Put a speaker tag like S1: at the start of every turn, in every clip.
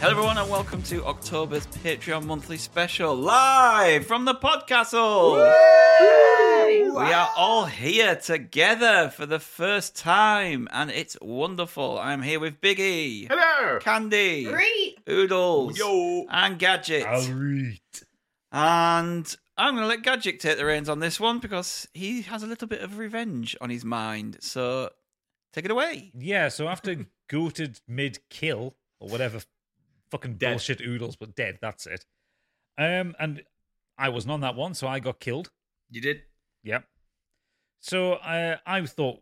S1: Hello, everyone, and welcome to October's Patreon monthly special live from the Podcastle. We are all here together for the first time, and it's wonderful. I'm here with Biggie,
S2: Hello.
S1: Candy,
S3: Great.
S1: Oodles,
S2: Yo.
S1: and Gadget.
S4: read.
S1: And I'm going to let Gadget take the reins on this one because he has a little bit of revenge on his mind. So take it away.
S4: Yeah, so after goated mid kill or whatever fucking
S2: Dead.
S4: bullshit oodles, but dead, that's it. Um, and I wasn't on that one, so I got killed.
S1: You did?
S4: Yep. So uh, I thought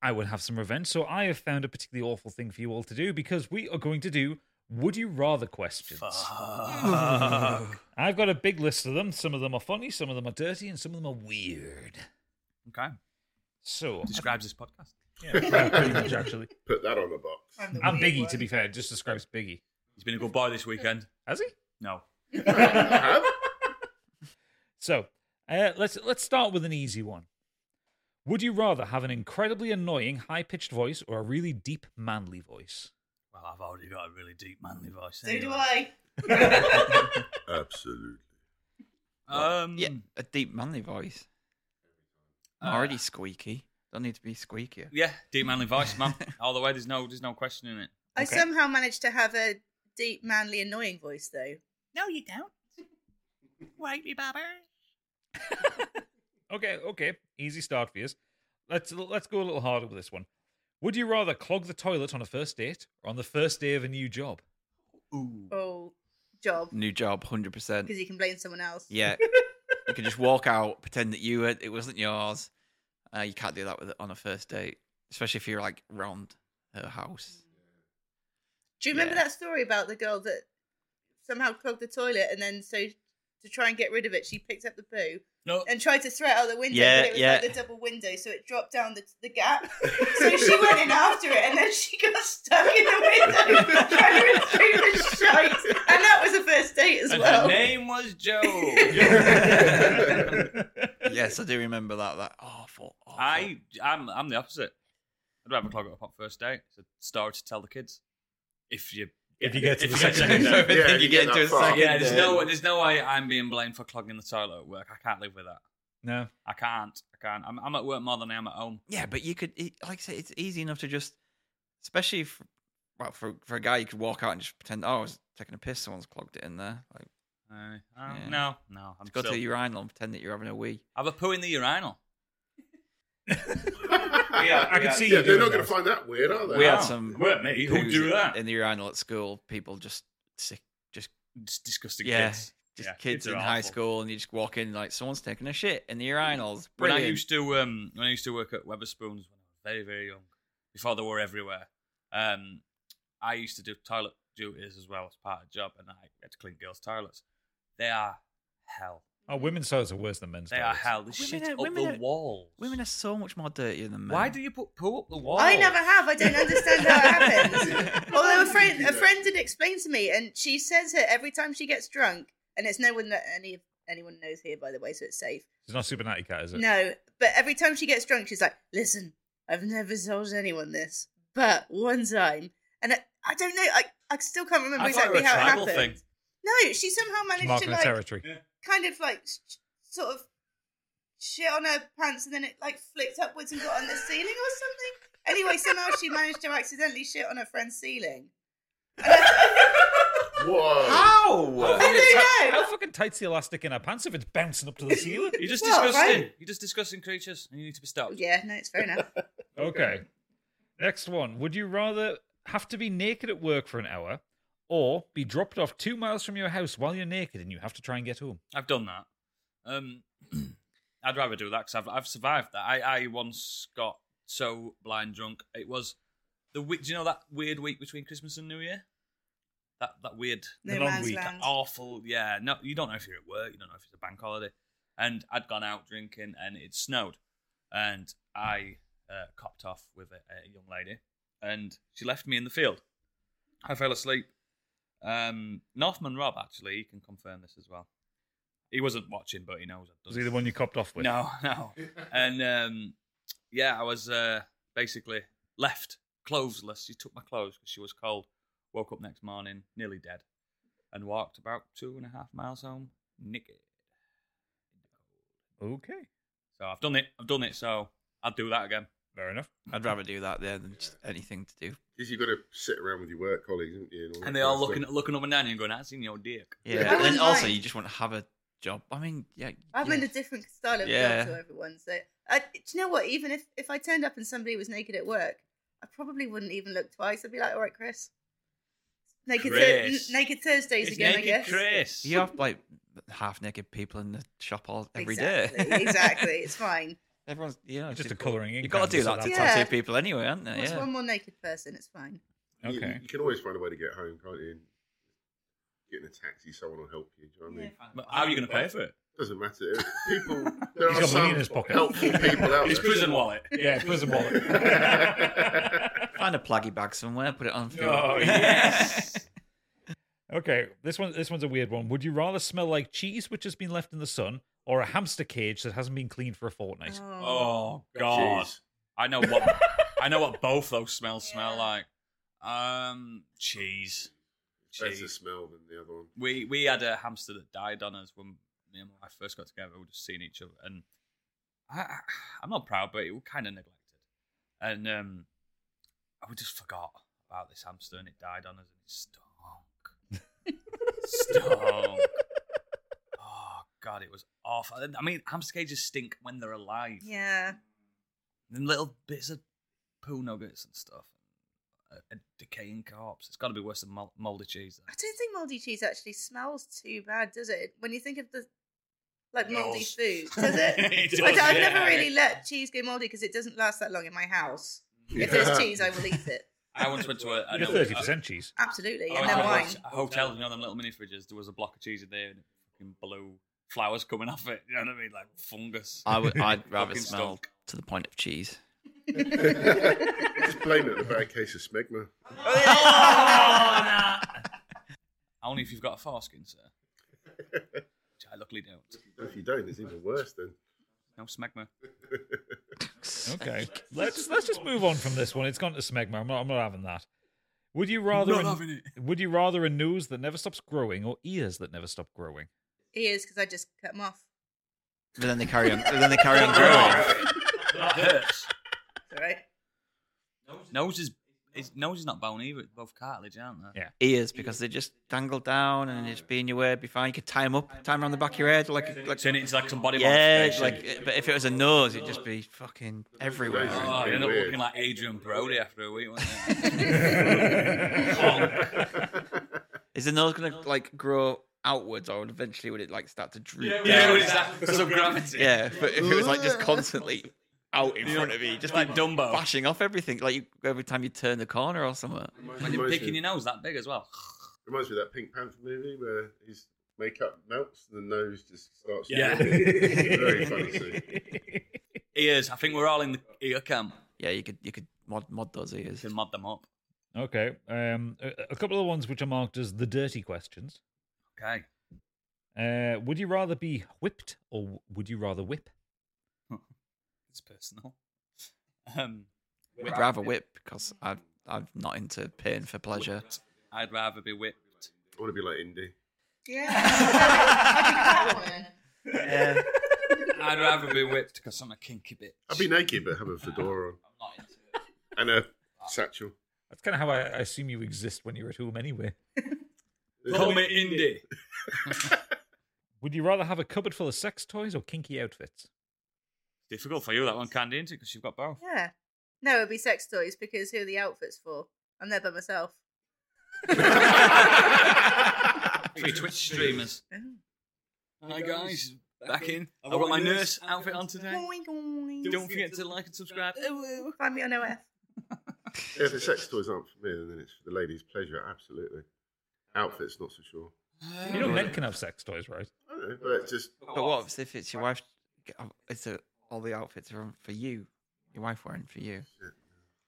S4: I would have some revenge. So I have found a particularly awful thing for you all to do because we are going to do would you rather questions. I've got a big list of them. Some of them are funny, some of them are dirty, and some of them are weird.
S2: Okay.
S4: So
S2: Describes this podcast.
S4: yeah, pretty much actually.
S5: Put that on the box.
S3: I'm the
S4: And
S3: weird
S4: Biggie,
S3: one.
S4: to be fair, just describes Biggie.
S2: He's been a good boy this weekend.
S4: Has he?
S2: No.
S5: Have?
S4: So uh, let's let's start with an easy one. Would you rather have an incredibly annoying high pitched voice or a really deep manly voice?
S2: Well, I've already got a really deep manly voice.
S3: So do I.
S5: Absolutely.
S2: Um, uh,
S1: Yeah, a deep manly voice. I'm already squeaky. Don't need to be squeakier.
S2: Yeah, deep manly voice, man. All the way. There's no, there's no question in it.
S3: I
S4: Okay.
S3: somehow managed to have a deep, manly, annoying voice, though.
S2: No, you don't. Wait, me, Baba.
S4: Okay, okay, easy start for you. Let's let's go a little harder with this one. Would you rather clog the toilet on a first date or on the first day of a new job?
S2: Ooh.
S3: Oh, job.
S1: New job, 100%.
S3: Because you can blame someone else.
S1: Yeah. you can just walk out, pretend that you were, it wasn't yours. Uh, you can't do that with on a first date, especially if you're like round her house.
S3: Do you remember
S1: Yeah.
S3: that story about the girl that somehow clogged the toilet and then so to try and get rid of it, she picked up the poo
S2: No.
S3: and tried to throw it out the window,
S1: Yeah,
S3: but it was
S1: yeah.
S3: like the double window, so it dropped down the, the gap. so she went in after it and then she got stuck in the window trying to retrieve the shite. And that was the first date as
S2: And
S3: well.
S2: her name was Joe.
S1: Yes, I do remember that. That awful, awful.
S2: I, I'm, I'm the opposite. I'd rather clog up a pop first date. It's a story to tell the kids. If you,
S4: If you get to the
S2: if you
S4: second
S2: get
S1: So
S2: to
S1: I
S2: the
S1: think
S5: Yeah,
S1: you,
S5: you
S1: get
S5: get
S1: into a
S5: that far.
S1: second.
S2: Yeah, there's
S1: date.
S2: no, there's no way I'm being blamed for clogging the toilet at work. I can't live with that.
S4: no.
S2: I can't. I can't. I'm, I'm at work more than I am at home.
S1: Yeah, but you could, it- like I say, it's easy enough to just, especially if, well, for for a guy, you could walk out and just pretend, oh, I was taking a piss, someone's clogged it in there. Like,
S2: Uh, uh,
S1: Yeah.
S2: No, no. I'm
S1: go to
S2: still-
S1: the urinal and pretend that you're having a wee.
S2: Have a poo in the urinal.
S4: I can see
S5: Yeah, they're
S4: you doing
S5: not going to
S4: that.
S5: find that weird, are they?
S1: We
S2: Wow.
S1: had some
S2: Weren't me. Who'd
S1: poos
S2: do that?
S1: in the urinal at school. People just sick, just
S2: It's disgusting
S1: Yeah.
S2: kids.
S1: just
S2: Yeah,
S1: kids
S2: are
S1: in high
S2: awful.
S1: school, and you just walk in like someone's taking a shit in the urinals.
S2: When I
S1: Brilliant.
S2: used to, um, when I used to work at Weberspoons when I was very, very young, before they were everywhere, um, I used to do toilet duties as well as part of the job, and I had to clean girls' toilets. They are hell.
S4: Oh, women's toilets are worse than men's.
S2: They are
S4: toilets.
S2: hell. This
S1: Women
S2: shit
S1: are-
S2: up
S1: women
S2: the
S1: are-
S2: walls.
S1: Women are so much more dirtier than men.
S2: Why do you put poo up the walls?
S3: I never have. I don't understand how it happens. Although a friend, a friend did explain to me, and she says it every time she gets drunk, and it's no one that any anyone knows here, by the way, so it's safe.
S4: It's not super natty cat, is it?
S3: No, but every time she gets drunk, she's like, "Listen, I've never told anyone this, but one time, and I, I don't know. I, I still can't remember
S2: I thought it
S3: exactly
S2: was a
S3: how it
S2: tribal
S3: happened.
S2: thing.
S3: No, she somehow managed
S4: It's marking
S3: to
S4: the
S3: like
S4: territory.
S3: kind of like s- sort of shit on her pants and then it like flicked upwards and got on the ceiling or something. Anyway, somehow she managed to accidentally shit on her friend's ceiling.
S5: Whoa.
S1: How?
S3: I don't
S4: How
S3: know.
S4: fucking tight's the elastic in her pants if it's bouncing up to the ceiling?
S2: You're just
S3: Well,
S2: disgusting.
S3: right?
S2: You're just disgusting creatures, and you need to be stopped.
S3: Oh, Yeah, no, it's fair enough.
S4: Okay. Next one. Would you rather have to be naked at work for an hour or be dropped off two miles from your house while you're naked and you have to try and get home?
S2: I've done that. Um, I'd rather do that because I've, I've survived that. I, I once got so blind drunk. It was the week. Do you know that weird week between Christmas and New Year? That that weird,
S3: No
S4: The long
S3: man's
S4: week.
S3: land.
S2: awful. Yeah, no, you don't know if you're at work. You don't know if it's a bank holiday. And I'd gone out drinking, and it snowed, and I uh, copped off with a, a young lady, and she left me in the field. I fell asleep. Um, Northman Rob actually he can confirm this as well. He wasn't watching, but he knows. I've done
S4: Was he
S2: it.
S4: the one you copped off with?
S2: No, no. And um, yeah, I was uh, basically left clothesless. She took my clothes because she was cold Woke up next morning, nearly dead, and walked about two and a half miles home, naked.
S4: Okay.
S2: So I've done it. I've done it. So I'll do that again.
S4: Fair enough.
S1: I'd rather do that there than just anything to do.
S5: Because you've got to sit around with your work colleagues, haven't you? all
S2: And
S5: that
S2: they all
S5: kind of
S2: looking
S5: stuff.
S2: looking up and down and going, "I've seen your dick."
S1: Yeah, and
S3: wouldn't
S1: also
S3: mind.
S1: you just want to have a job. I mean, yeah,
S3: I'm
S1: yeah.
S3: in a different style of
S1: Yeah.
S3: job to everyone. So, I, do you know what? Even if, if I turned up and somebody was naked at work, I probably wouldn't even look twice. I'd be like, all right, Chris. Naked, Thur-
S2: Chris.
S3: n- naked Thursdays
S2: It's
S3: again, I
S2: naked
S3: guess.
S2: Chris.
S1: you have like half naked people in the shop all every day.
S3: exactly, exactly. It's fine.
S1: Everyone's you know
S4: It's just a
S1: you've got-
S4: colouring in
S1: You've got to do
S4: canvas
S1: that to
S4: at
S3: that
S1: tattoo
S3: point.
S1: people anyway, aren't they?
S3: What's
S1: Uh, Yeah.
S3: one more naked person? It's fine.
S5: You-
S4: Okay.
S5: You, can always find a way to get home, can't you? Getting a taxi, someone will help you. Do you know what I mean?
S2: But how are you going to pay for it?
S5: Doesn't matter. People, there
S4: He's
S5: are
S4: got money
S5: some
S4: in his pocket.
S5: helpful people out
S2: His
S5: there.
S2: prison wallet.
S4: Yeah, prison wallet.
S1: Find a plaggy bag somewhere, put it on. for you.
S4: Oh, yes. okay, this one this one's a weird one. Would you rather smell like cheese which has been left in the sun or a hamster cage that hasn't been cleaned for a fortnight?
S2: Oh
S3: Oh.
S2: God.
S5: Jeez.
S2: I know what I know what both those smells smell
S3: Yeah.
S2: like. Um, cheese.
S5: Better the
S2: Cheese.
S5: smell than the other one.
S2: We we had a hamster that died on us when me and my wife first got together. We'd just seen each other, and I, I I'm not proud, but it was kind of neglected, and um, I would just forgot about this hamster, and it died on us, and it stunk. stunk. Oh God, it was awful. I mean, hamster cages stink when they're alive.
S3: Yeah.
S2: And little bits of poo nuggets and stuff. A, a decaying corpse. It's got to be worse than mol- moldy cheese.
S3: I don't think moldy cheese actually smells too bad, does it? When you think of the like
S2: Then.
S3: moldy food, does it? I
S2: does,
S3: have
S2: yeah.
S3: never really let cheese go moldy because it doesn't last that long in my house. If there's cheese, I will eat it.
S2: I once went to a. I
S4: You're
S2: know- uh,
S4: thirty percent cheese.
S3: Absolutely,
S2: I
S3: and
S2: went to
S3: then
S2: a
S3: wine.
S2: hot- a hotel, you know, them little mini fridges. There was a block of cheese in there, and it fucking blew flowers coming off it. You know what I mean? Like fungus.
S1: I would. I'd rather
S2: Fucking
S1: smell
S2: stunk.
S1: to the point of cheese.
S5: Just blame it on a bad case of smegma.
S2: Only if you've got a foreskin, sir. Which I luckily don't.
S5: If you don't, it's even worse then.
S2: No smegma.
S4: Okay. Let's let's just move on from this one. It's gone to smegma. I'm not, I'm not having that. Would you rather
S2: Not
S4: a-
S2: having it.
S4: would you rather a nose that never stops growing or ears that never stop growing?
S3: Ears, because I just cut them off.
S1: But then they carry on. But then they carry on growing.
S2: That hurts.
S3: It's all right.
S2: Nose is, is nose is not bone either. It's both cartilage, aren't they?
S4: Yeah.
S1: Ears because they just dangle down and they just be in your way. It'd be fine. You could tie them up, tie them around the back of your head like like.
S2: Turn it into like some body
S1: Yeah,
S2: modification.
S1: like but if it was a nose, it'd just be fucking everywhere.
S5: Amazing.
S2: Oh, you end up
S5: Weird.
S2: looking like Adrian Brody after a week, wouldn't you?
S1: Is the nose gonna like grow outwards, or eventually would it like start to droop?
S2: yeah,
S1: down?
S2: what is that? Because of gravity.
S1: Yeah, but if it was like just constantly out in front of you, just like
S2: Like Dumbo.
S1: bashing off everything, like you, every time you turn the corner or something.
S2: When you're
S5: Reminds
S2: picking
S5: me,
S2: your nose that big as well.
S5: reminds me of that Pink Panther movie where his makeup melts and the nose just starts.
S2: Yeah.
S5: Very funny scene.
S2: Ears, I think we're all in the ear camp.
S1: Yeah, you could you could mod mod those ears.
S2: You can mod them up.
S4: Okay. Um a, a couple of ones which are marked as the dirty questions.
S2: Okay.
S4: Uh would you rather be whipped or would you rather whip?
S2: It's personal. Um,
S1: I'd rather whip because I I'm not into pain for pleasure.
S2: I'd rather be whipped.
S5: I want to be like Indy.
S3: Yeah. I think that one.
S1: Yeah.
S2: I'd rather be whipped because I'm a kinky bitch.
S5: I'd be naked but have a fedora on
S2: I'm not into it.
S5: and a satchel.
S4: That's kind of how I, I assume you exist when you're at home anyway.
S2: Call me indie.
S4: Would you rather have a cupboard full of sex toys or kinky outfits?
S2: Difficult for you that one, Candy, isn't it? Because you've got both.
S3: Yeah. No, it'd be sex toys because who are the outfits for? I'm there by myself.
S2: Three Twitch streamers. Hi guys, back in. I've got my nurse outfit on today.
S3: Boing, boing.
S2: Don't forget to like and subscribe.
S3: Ooh, ooh, Find me on OF.
S5: Yeah, if the sex toys aren't for me, then it's for the ladies' pleasure, absolutely. Outfits, not so sure.
S4: You know, men can have sex toys, right?
S5: I don't know, but it's just
S1: But what if it's your wife's? It's a, all the outfits are for you. Your wife wearing for you.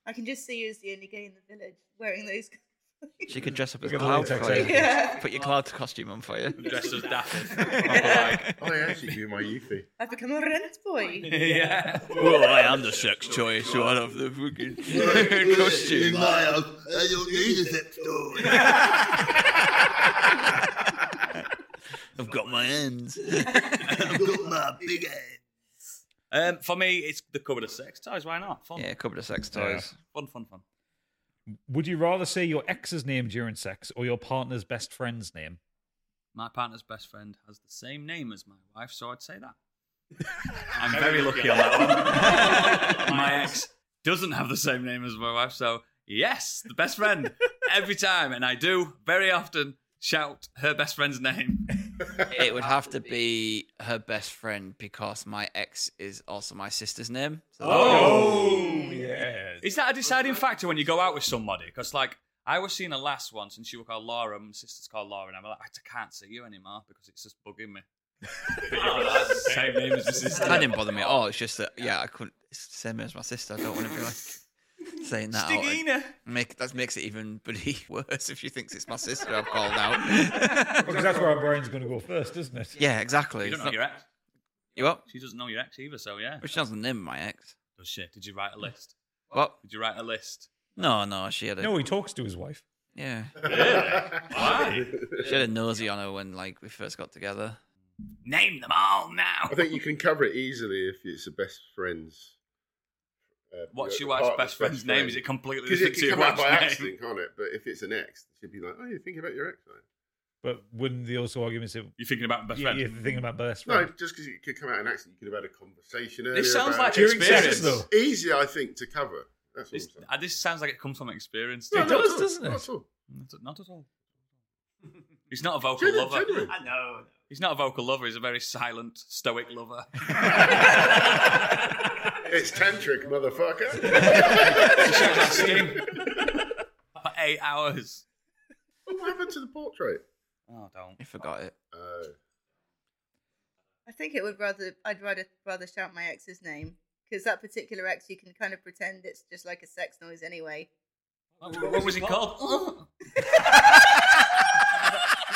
S3: I can just see you as the only gay in the village wearing those
S1: She could dress up as
S4: Look at the
S1: Cloud
S4: latex
S1: for you.
S3: Yeah.
S1: Put your Cloud costume on for you.
S2: dressed as Daffy.
S5: I actually do my Yuffie.
S3: I've become a rent boy.
S2: yeah.
S1: Well, I am the sex toy, so I have the fucking costume.
S6: my house, I don't need a sex toy.
S1: I've got my ends.
S6: I've got my big head.
S2: Um, for me, it's the cupboard of sex toys. Why not? Fun,
S1: yeah, covered of sex toys.
S2: fun, fun, fun.
S4: Would you rather say your ex's name during sex or your partner's best friend's name?
S2: My partner's best friend has the same name as my wife, so I'd say that. I'm very lucky on that one. my ex doesn't have the same name as my wife, so yes, the best friend every time, and I do very often shout her best friend's name.
S1: It would have to be her best friend because my ex is also my sister's name. So Oh!
S2: Oh,
S4: Yeah.
S2: Is that a deciding factor when you go out with somebody? Because like I was seeing a lass once, and she was called Laura, and my sister's called Laura, and I'm like, I can't see you anymore because it's just bugging me. same name as my sister.
S1: That didn't bother me at all. It's just that, yeah, I couldn't. It's the same as my sister. I don't want to be like saying that. out.
S2: Stigina.
S1: Make that makes it even bloody worse if she thinks it's my sister I've called out.
S4: Because that's where our brain's going to go first, isn't it?
S1: yeah, exactly.
S2: You
S1: It's
S2: don't know
S1: not-
S2: your ex.
S1: you what?
S2: She doesn't know your ex either, so yeah.
S1: Which doesn't name my ex.
S2: Oh shit, did you write a list?
S1: What?
S2: Did you write a list?
S1: No, no, she had a
S4: No, he talks to his wife.
S1: yeah.
S2: Why?
S1: She had a nosy on her when like we first got together.
S2: Name them all now.
S5: I think you can cover it easily if it's the best friend's. Uh,
S2: What's your
S5: partner's
S2: wife's best friend's name? Is it completely
S5: Because
S2: different
S5: it
S2: to
S5: can
S2: your
S5: come out by
S2: wife's name?
S5: accident, can't it? But if it's an ex, she'd be like, "Oh, you're thinking about your ex?" Right?
S4: But wouldn't the also argument say,
S2: You're thinking about best
S4: yeah,
S2: friend.
S4: you're thinking about best
S5: No,
S4: friend?
S5: just because it could come out an accident, you could have had a conversation. earlier
S2: This sounds
S5: about
S2: like
S5: it.
S4: During
S2: experience.
S4: sex, though.
S5: It's easier, I think, to cover. That's all.
S2: This, uh, this sounds like it comes from experience.
S4: No,
S2: Dude.
S4: it does, doesn't it?
S2: Not, at- not at all. He's not a vocal
S5: Genuine,
S2: lover.
S5: genuine.
S2: I know. He's not a vocal lover. He's a very silent, stoic lover.
S5: It's tantric, motherfucker.
S2: Sting. For eight hours.
S5: what happened to the portrait?
S2: Oh, don't.
S1: I forgot it.
S5: Uh,
S3: I think it would rather I'd rather rather shout my ex's name because that particular ex you can kind of pretend it's just like a sex noise anyway.
S2: What, what was he called?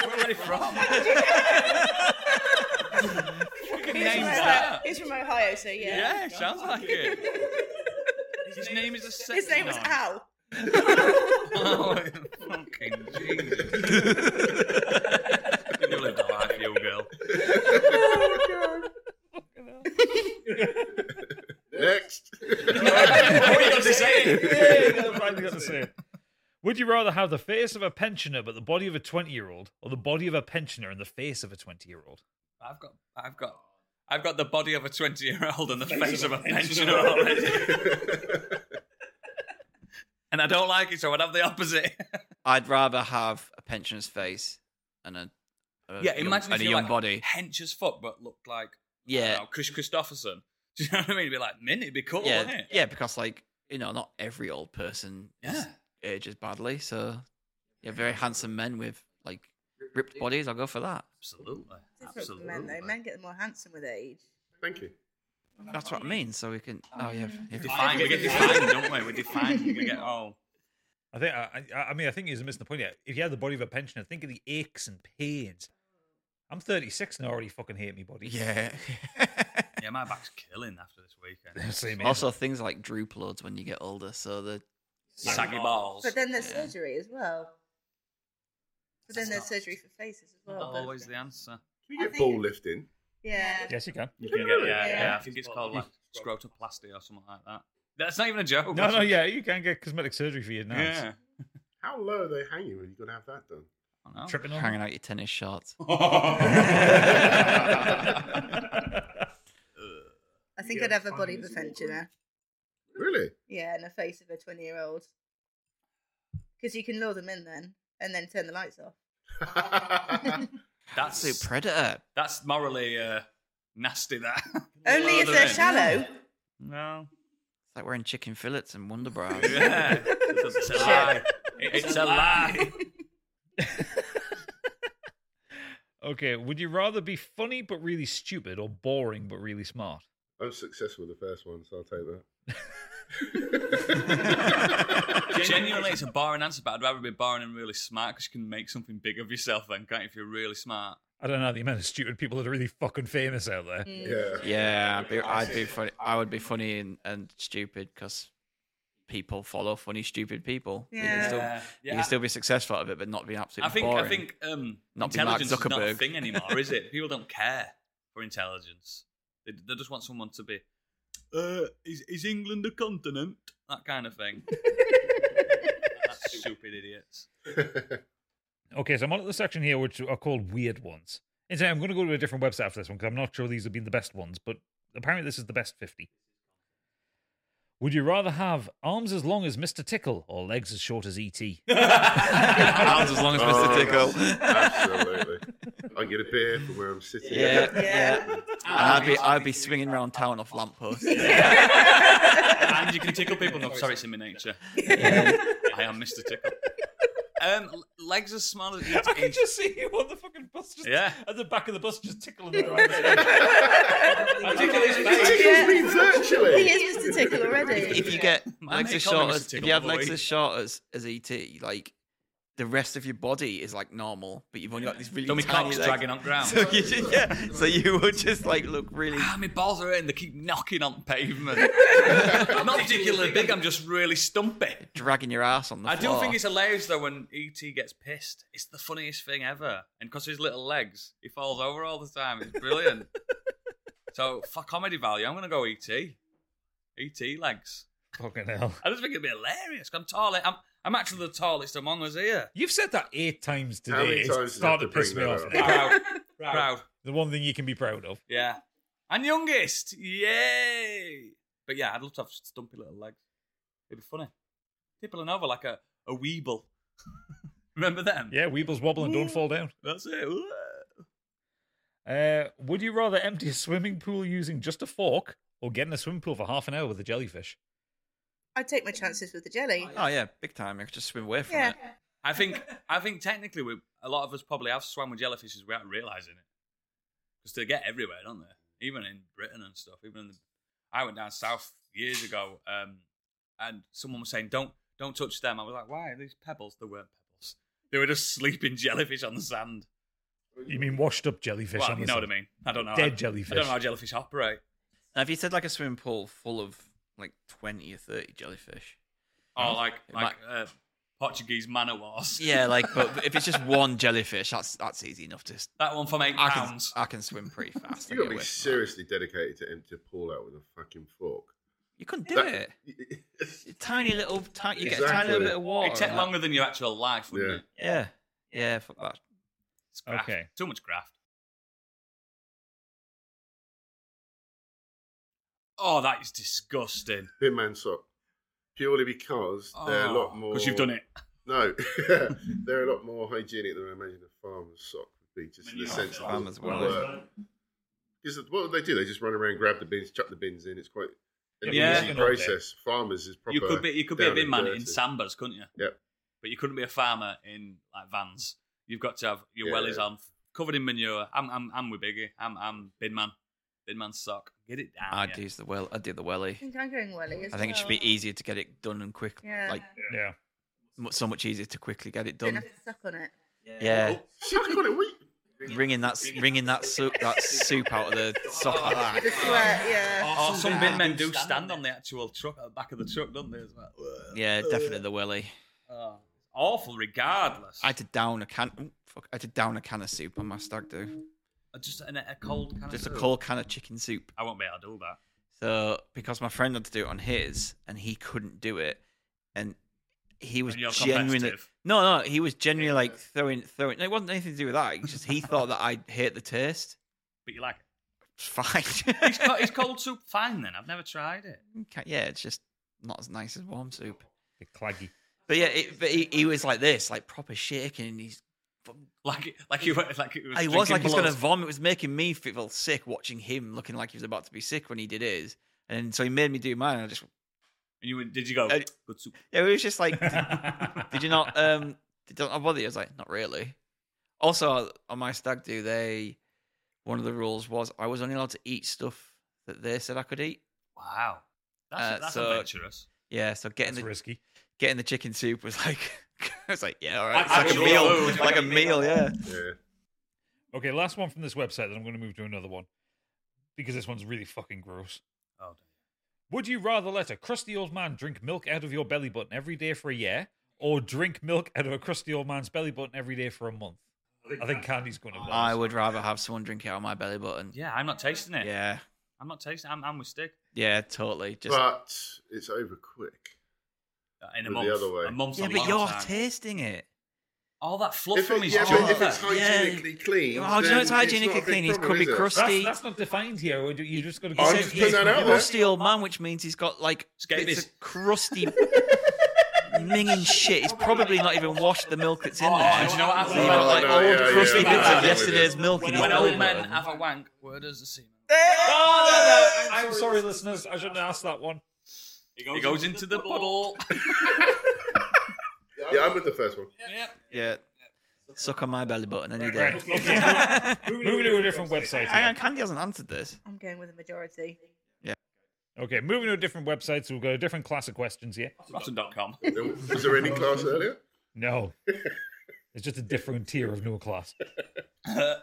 S2: Where are they from?
S3: It's from,
S2: name's
S3: Ohio,
S2: that?
S3: it's from Ohio, so yeah.
S2: Yeah, sounds like it. Oh, His name is a sex
S3: His name was
S2: nom.
S3: Al.
S2: Oh, fucking Jesus. you lived a life, you girl.
S5: next.
S2: What you got to say?
S4: Would you rather have the face of a pensioner but the body of a 20 year old or the body of a pensioner and the face of a 20 year old?
S2: I've got, I've got, I've got the body of a twenty-year-old and the face of a pensioner already, and I don't like it, so I'd have the opposite.
S1: I'd rather have a pensioner's face and a, a
S2: yeah,
S1: young,
S2: imagine
S1: and
S2: if
S1: a
S2: you're
S1: young
S2: like
S1: body.
S2: hench as fuck, but looked like yeah,
S1: Yeah,
S2: Chris Christopherson. Do you know what I mean? It'd be like, mint, it'd be cool,
S1: yeah,
S2: wouldn't it?
S1: yeah. Because like you know, not every old person is-
S2: Yeah.
S1: ages badly. So yeah, very handsome men with like ripped bodies. I'll go for that.
S2: Absolutely,
S3: Different from
S2: absolutely.
S3: men though. Men get more handsome with age.
S5: Thank you.
S1: That's what I mean. So we can. Oh yeah. if-
S2: Defined. We Um, get defined, don't we? We're defined. We get oh, all.
S4: I think, I, I, I mean, I think he's missing the point here. If you had the body of a pensioner, think of the aches and pains. I'm 36 and I already fucking hate me body.
S1: Yeah.
S2: Yeah, my back's killing after this weekend.
S4: Same here.
S1: also, things like droop loads when you get older. So the
S2: Saggy balls.
S3: But then there's
S1: Yeah.
S3: surgery as well. But then there's surgery for faces as well.
S2: Not
S3: but-
S2: always the answer.
S5: Can you
S3: I
S5: get
S3: think-
S5: ball lifting?
S3: Yeah.
S4: yes, you can.
S2: You can get, yeah,
S3: Yeah.
S2: yeah, I think it's called like scrotoplasty or something like that. That's not even a joke.
S4: No, no, yeah, you can get cosmetic surgery for your
S2: Yeah.
S4: nails.
S5: How low are they hanging when you're going to have that done?
S2: I don't know.
S4: Tripping on.
S1: hanging out your tennis shorts.
S2: Oh,
S3: I think I'd have a body of a pensioner.
S5: Really?
S3: Yeah, and a face of a 20 year old. Because you can lure them in then and then turn the lights off.
S1: Absolute
S2: That's
S1: predator.
S2: that's morally uh, nasty. That
S3: Only if
S2: Rather
S3: they're
S2: than-
S3: shallow.
S2: No.
S1: It's like wearing chicken fillets and Wonder Bras.
S2: Yeah. It's a lie. It's a lie.
S4: okay, would you rather be funny but really stupid or boring but really smart?
S5: I'm successful with the first one, so I'll take that.
S1: Do
S2: Genuinely, it's a boring answer, but I'd rather be boring and really smart because you can make something big of yourself then, can't you, if you're really smart?
S4: I don't know the amount of stupid people that are really fucking famous out there.
S3: Mm.
S5: Yeah.
S1: Yeah, I'd be, I'd be funny. I would be funny and, and stupid because people follow funny, stupid people. You can
S3: Yeah.
S1: still, you
S2: Yeah.
S1: can still be successful out of it, but not be
S2: I
S1: absolutely
S2: think
S1: boring.
S2: I think um,
S1: Not be Mark
S2: intelligence is not a
S1: Zuckerberg.
S2: thing anymore, is it? People don't care for intelligence. They, they just want someone to be. Uh, is is England a continent? That kind of thing. That's stupid idiots.
S4: Okay, so I'm on to the section here which are called weird ones. And so I'm going to go to a different website after this one because I'm not sure these have been the best ones, but apparently this is the best 50. Would you rather have arms as long as Mr. Tickle or legs as short as E E.T.?
S1: Arms as long as Mr.
S5: Oh,
S1: Tickle.
S5: Absolutely. I get a beer from where I'm sitting.
S1: Yeah, yeah.
S3: Yeah.
S1: And I'd be I'd be swinging around town off lampposts.
S2: and you can tickle people. No, sorry, it's in my nature. I am Mr. Tickle. Um, l- legs as small as
S4: I can
S2: each
S4: just see you on the fucking bus, just
S2: Yeah.
S4: at the back of the bus, just tickling around. The I tickle his
S5: It
S4: back.
S5: tickles me virtually.
S3: He is Mr. Tickle already.
S1: If you get
S2: My
S1: legs
S2: mate
S1: as
S2: called
S1: short
S2: me Mr.
S1: as if
S2: Tickle
S1: you have
S2: all the
S1: legs
S2: way.
S1: as short as, as ET, like the rest of your body is like normal, but you've only got these really
S2: dummy
S1: tiny
S2: cocks
S1: legs.
S2: dragging on ground.
S1: So you, ju- yeah, so you would just like look really.
S2: Ah, my balls are hurting. They keep knocking on pavement. I'm not particularly big. I'm just really stumpy.
S1: dragging your ass on the
S2: I
S1: floor.
S2: do think it's hilarious though when ET gets pissed. It's the funniest thing ever, and because his little legs, he falls over all the time. It's brilliant. so for comedy value, I'm gonna go E ET. ET legs.
S4: fucking hell.
S2: I just think it'd be hilarious. I'm tall. I'm I'm actually the tallest among us here.
S4: You've said that eight times today.
S5: How many
S4: It's
S5: times do you have
S4: started
S5: to
S4: to piss me
S5: bring
S4: off.
S5: that
S4: now.
S2: Proud, proud,
S4: The one thing you can be proud of.
S2: Yeah, and youngest. Yay! But yeah, I'd love to have stumpy little legs. It'd be funny. Tippling over like a a weeble. Remember them?
S4: Yeah, Weebles wobble and don't fall down.
S2: That's it.
S4: Uh, would you rather empty a swimming pool using just a fork or get in a swimming pool for half an hour with a jellyfish?
S3: I take my chances with the jelly.
S1: Oh yeah, big time. I could just swim away from
S3: Yeah.
S1: it.
S2: I think I think technically we a lot of us probably have swam with jellyfishes without realizing it because they get everywhere, don't they? Even in Britain and stuff. Even in the, I went down south years ago, um, and someone was saying don't don't touch them. I was like, why? These pebbles? They weren't pebbles. They were just sleeping jellyfish on the sand.
S4: You mean washed up jellyfish?
S2: well,
S4: on
S2: you
S4: the
S2: know
S4: side.
S2: what I mean. I don't know.
S4: Dead
S2: I-
S4: jellyfish.
S2: I don't know how jellyfish operate.
S1: Now, if you said like a swimming pool full of like twenty or thirty jellyfish,
S2: Or like
S1: It
S2: like uh, Portuguese man o' wars.
S1: yeah, like but if it's just one jellyfish, that's that's easy enough to.
S2: That one from eight
S1: I can,
S2: pounds.
S1: I can swim pretty fast. I get
S5: You've got to be
S1: away.
S5: seriously dedicated to empty a pool out with a fucking fork.
S1: You couldn't do
S5: That-
S1: it. Tiny little, tiny, you get a tiny
S5: Exactly.
S1: little bit of water.
S2: It'd take
S1: and
S2: longer than your actual life, wouldn't
S5: Yeah.
S2: it?
S1: that. Yeah, yeah, fuck that.
S2: It's graft.
S4: Okay.
S2: Too much graft. Oh, that is disgusting.
S5: Bin man sock. Purely because they're a lot
S1: Oh.
S5: more.
S2: Because Oh. you've done it.
S5: No, they're a lot more hygienic than I imagine a farmer's sock would be, just in the sense that it
S1: farmers
S5: doesn't
S1: will.
S5: work. Because what do they do? They just run around, grab the bins, chuck the bins in. It's quite an
S2: Yeah.
S5: easy
S4: Yeah.
S5: process. Farmers is proper.
S2: You could be you could be a
S5: down
S2: bin
S5: and
S2: man in
S5: dirty.
S2: Sambas, couldn't you?
S5: Yep.
S2: But you couldn't be a farmer in like vans. You've got to have your
S5: Yeah,
S2: wellies
S5: yeah.
S2: on, covered in manure. I'm I'm I'm with Biggie. I'm I'm bin man. Bin man sock. Get it down.
S1: I'd
S2: yeah.
S1: use Ah, the well. I'd do the
S3: I
S1: welly.
S3: think I'm going welly as
S1: I think it should be
S3: well.
S1: easier to get it done and quick.
S3: Yeah.
S1: Like
S4: Yeah.
S1: mu- so much easier to quickly get it
S3: Don't
S1: done.
S3: have to suck on it.
S1: Yeah,
S5: Shit, you got it weak.
S1: wringing that, s- wringing that soup, that soup out of the socket.
S3: The sweat,
S1: Oh.
S3: yeah.
S2: Or, or Oh, some bin men do stand on the actual truck at the back of the truck, don't they? As well.
S1: Yeah, definitely the welly.
S2: Oh, it's awful, regardless.
S1: I had to down a can. ooh, Fuck, I had to down a can of soup on my stag do.
S2: Uh, Just an, a cold kind
S1: Just a
S2: of.
S1: cold can of chicken soup.
S2: I won't be able to do that.
S1: So because my friend had to do it on his, and he couldn't do it, and he was
S2: And you're
S1: genuinely
S2: competitive.
S1: no, no, he was genuinely like throwing, throwing. no, It wasn't anything to do with that. It's just he thought that I hate the taste.
S2: But you like it.
S1: It's fine.
S2: Is, co- is cold soup fine then? I've never tried it.
S1: Ca- yeah, it's just not as nice as warm soup.
S4: Bit claggy.
S1: But yeah, it, but he, he was like this, like proper shaking, and he's
S2: Like it, like you were, like it was.
S1: he was
S2: drinking
S1: like he's
S2: blood.
S1: going to vomit. It was making me feel sick watching him looking like he was about to be sick when he did his. And so he made me do mine. And I just,
S2: And you went, did you go?
S1: Uh,
S2: Good soup.
S1: it was just like, did, did you not, um, did not bother you? I was like, not really. Also, on my stag do, they, one of the rules was I was only allowed to eat stuff that they said I could eat.
S2: Wow. That's,
S1: Uh,
S2: that's
S1: so-
S2: adventurous.
S1: Yeah, so getting
S4: It's
S1: the
S4: risky.
S1: getting the chicken soup was like, I was like, yeah, all
S2: I-
S1: right, it's
S2: I
S1: like a
S2: enjoy
S1: meal,
S2: food,
S1: like, a meal, yeah.
S5: Yeah.
S4: Okay, last one from this website, then I'm going to move to another one because this one's really fucking gross.
S2: Oh,
S4: Would you rather let a crusty old man drink milk out of your belly button every day for a year or drink milk out of a crusty old man's belly button every day for a month? I think Candy's going to go.
S1: I would rather have someone drink it out of my belly button.
S2: yeah, I'm not tasting it.
S1: yeah,
S2: I'm not tasting. I'm, I'm with Stig.
S1: yeah, totally. Just
S5: But it's over quick.
S2: Uh, In a
S5: But the
S2: month,
S5: other way.
S2: a month's
S1: yeah,
S2: a
S1: but
S2: long
S1: you're
S2: time.
S1: tasting it.
S2: All that fluff
S5: If,
S2: from
S5: it,
S2: his
S5: yeah,
S1: jaw.
S5: but if it's
S1: Yeah.
S5: hygienically
S1: Oh,
S5: clean,
S1: do you know
S5: then
S1: it's
S5: not a
S1: hygienically
S5: big
S1: clean? It
S5: problem,
S1: could be
S5: is it?
S1: crusty.
S4: That's, that's not defined here. would you- You just got to
S5: I'm
S1: He
S5: just
S1: said
S5: putting that out there.
S1: crusty old man, which means he's got like
S2: Just get
S1: bits
S2: this.
S1: of crusty minging shit. He's probably not even washed the milk that's in
S2: Oh,
S1: there.
S2: do you know what
S1: So
S2: happened?
S1: you've got like
S5: Oh, no,
S1: all
S5: yeah,
S1: the
S5: yeah,
S1: crusty
S2: yeah,
S1: bits
S2: yeah.
S1: of yesterday's milk in his
S2: When
S1: belly
S2: old men
S1: button.
S2: have a wank, where does the semen?
S4: Oh, no, no. I'm sorry, listeners. I shouldn't have asked that one.
S2: It goes, into the puddle.
S5: Yeah, I'm with the first one.
S1: Yeah. Suck on my belly button any day.
S4: Right. Okay. moving to a different website.
S1: Hang on,
S4: here.
S1: Candy hasn't answered this.
S3: I'm going with the majority.
S4: Okay, moving to a different website. So we've got a different class of questions here.
S2: Rotten.com.
S5: Was there any class earlier?
S4: No. It's just a different tier of no class.
S2: Uh,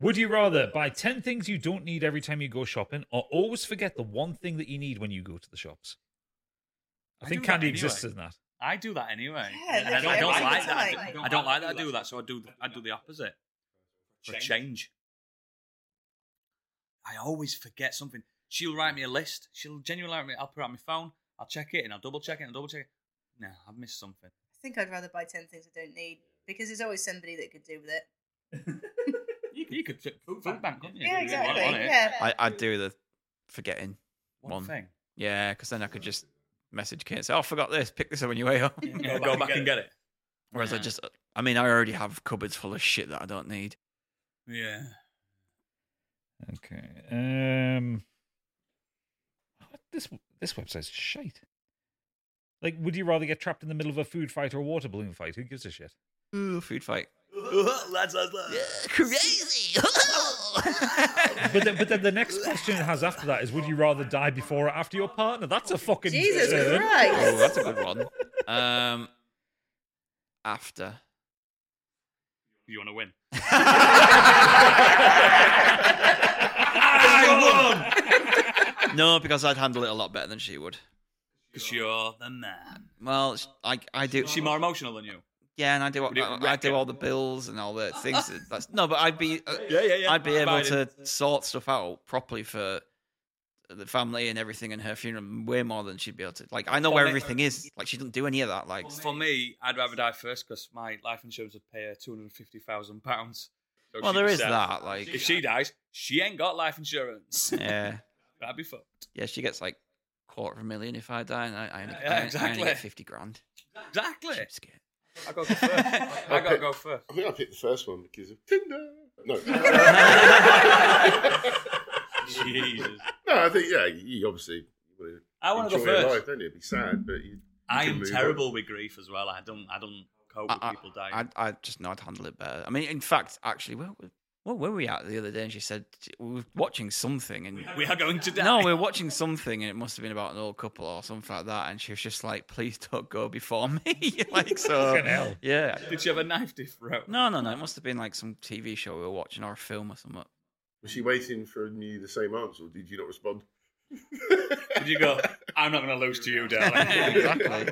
S4: Would you rather buy 10 things you don't need every time you go shopping or always forget the one thing that you need when you go to the shops? I,
S2: I
S4: think
S2: do that
S4: Candy
S2: anyway.
S4: exists in that.
S2: I do that anyway.
S3: Yeah,
S2: and I don't, I
S3: that's
S2: don't
S3: every
S2: like that.
S3: time.
S2: I don't, I don't like that. I do that, so I do. I do the opposite. For change. I always forget something. She'll write me a list. She'll genuinely write me. I'll put it on my phone. I'll check it and I'll double check it and double check it. No, I've missed something.
S3: I think I'd rather buy 10 things I don't need because there's always somebody that could do with it.
S2: You could, you could fit food bank, couldn't you?
S3: Yeah,
S2: You really want
S3: exactly.
S2: it.
S3: Yeah.
S1: I, I'd do the forgetting.
S2: One,
S1: One.
S2: thing.
S1: Yeah, because then I could just message Kate and say, oh, I forgot this. Pick this up on your way up.
S2: Yeah, go back and get it.
S1: Whereas I
S2: Yeah.
S1: just, I mean, I already have cupboards full of shit that I don't need.
S2: Yeah.
S4: Okay. Um This this website's shite. Like would you rather get trapped in the middle of a food fight or a water balloon fight? Who gives a shit?
S1: Ooh, food fight.
S2: lads, lads,
S1: Yeah,
S2: lads.
S1: crazy.
S4: But then, but then the next question it has after that is would you rather die before or after your partner? That's a fucking
S3: Jesus
S4: turn.
S1: oh,
S3: Christ.
S1: that's a good one. Um, after.
S2: You want to win?
S4: I won.
S1: No, because I'd handle it a lot better than she would.
S2: Because you're the man.
S1: Well, sh- I, I do.
S2: Is she more emotional than you?
S1: Yeah, and I do.
S2: it
S1: I, I
S2: wreck
S1: do
S2: it?
S1: all the bills and all the things. that- That's no, but I'd be. uh, I'd be able
S2: Biden.
S1: to sort stuff out properly for the family and everything and her funeral way more than she'd be able to. Like I know
S2: For
S1: where
S2: me-
S1: everything is. Like she doesn't do any of that. Like
S2: For me, I'd rather die first because my life insurance would pay her two hundred fifty thousand pounds.
S1: well, there is that. Like
S2: If she dies, she ain't got life insurance.
S1: yeah,
S2: That'd be fucked.
S1: yeah, she gets like quarter of a million if I die, and I, I, only,
S2: Yeah,
S1: I- I only
S2: exactly.
S1: get fifty grand.
S2: Exactly.
S1: Cheapskate.
S2: I gotta go first. I gotta go first.
S5: I think I picked the first one because of Tinder. No.
S2: Jesus.
S5: no, I think, yeah, you obviously want to
S2: I want to go
S5: enjoy your life,
S2: first.
S5: don't you? It'd be sad, but you.
S2: I
S5: can
S2: am
S5: move
S2: terrible with grief as well. I don't. I don't cope with
S1: I-
S2: people dying.
S1: I I just know I'd handle it better. I mean, in fact, actually, well, well, where were we at the other day? And she said we were watching something, and
S2: we are going to die.
S1: No, we were watching something, and it must have been about an old couple or something like that. And she was just like, "Please don't go before me." like
S4: Fucking
S1: so,
S4: hell.
S1: yeah.
S2: Did she have a knife to throat?
S1: No, no, no. It must have been like some TV show we were watching or a film or something.
S5: Was she waiting for you the same answer, or did you not respond?
S2: Did you go? I'm not going to lose to you, darling.
S1: exactly.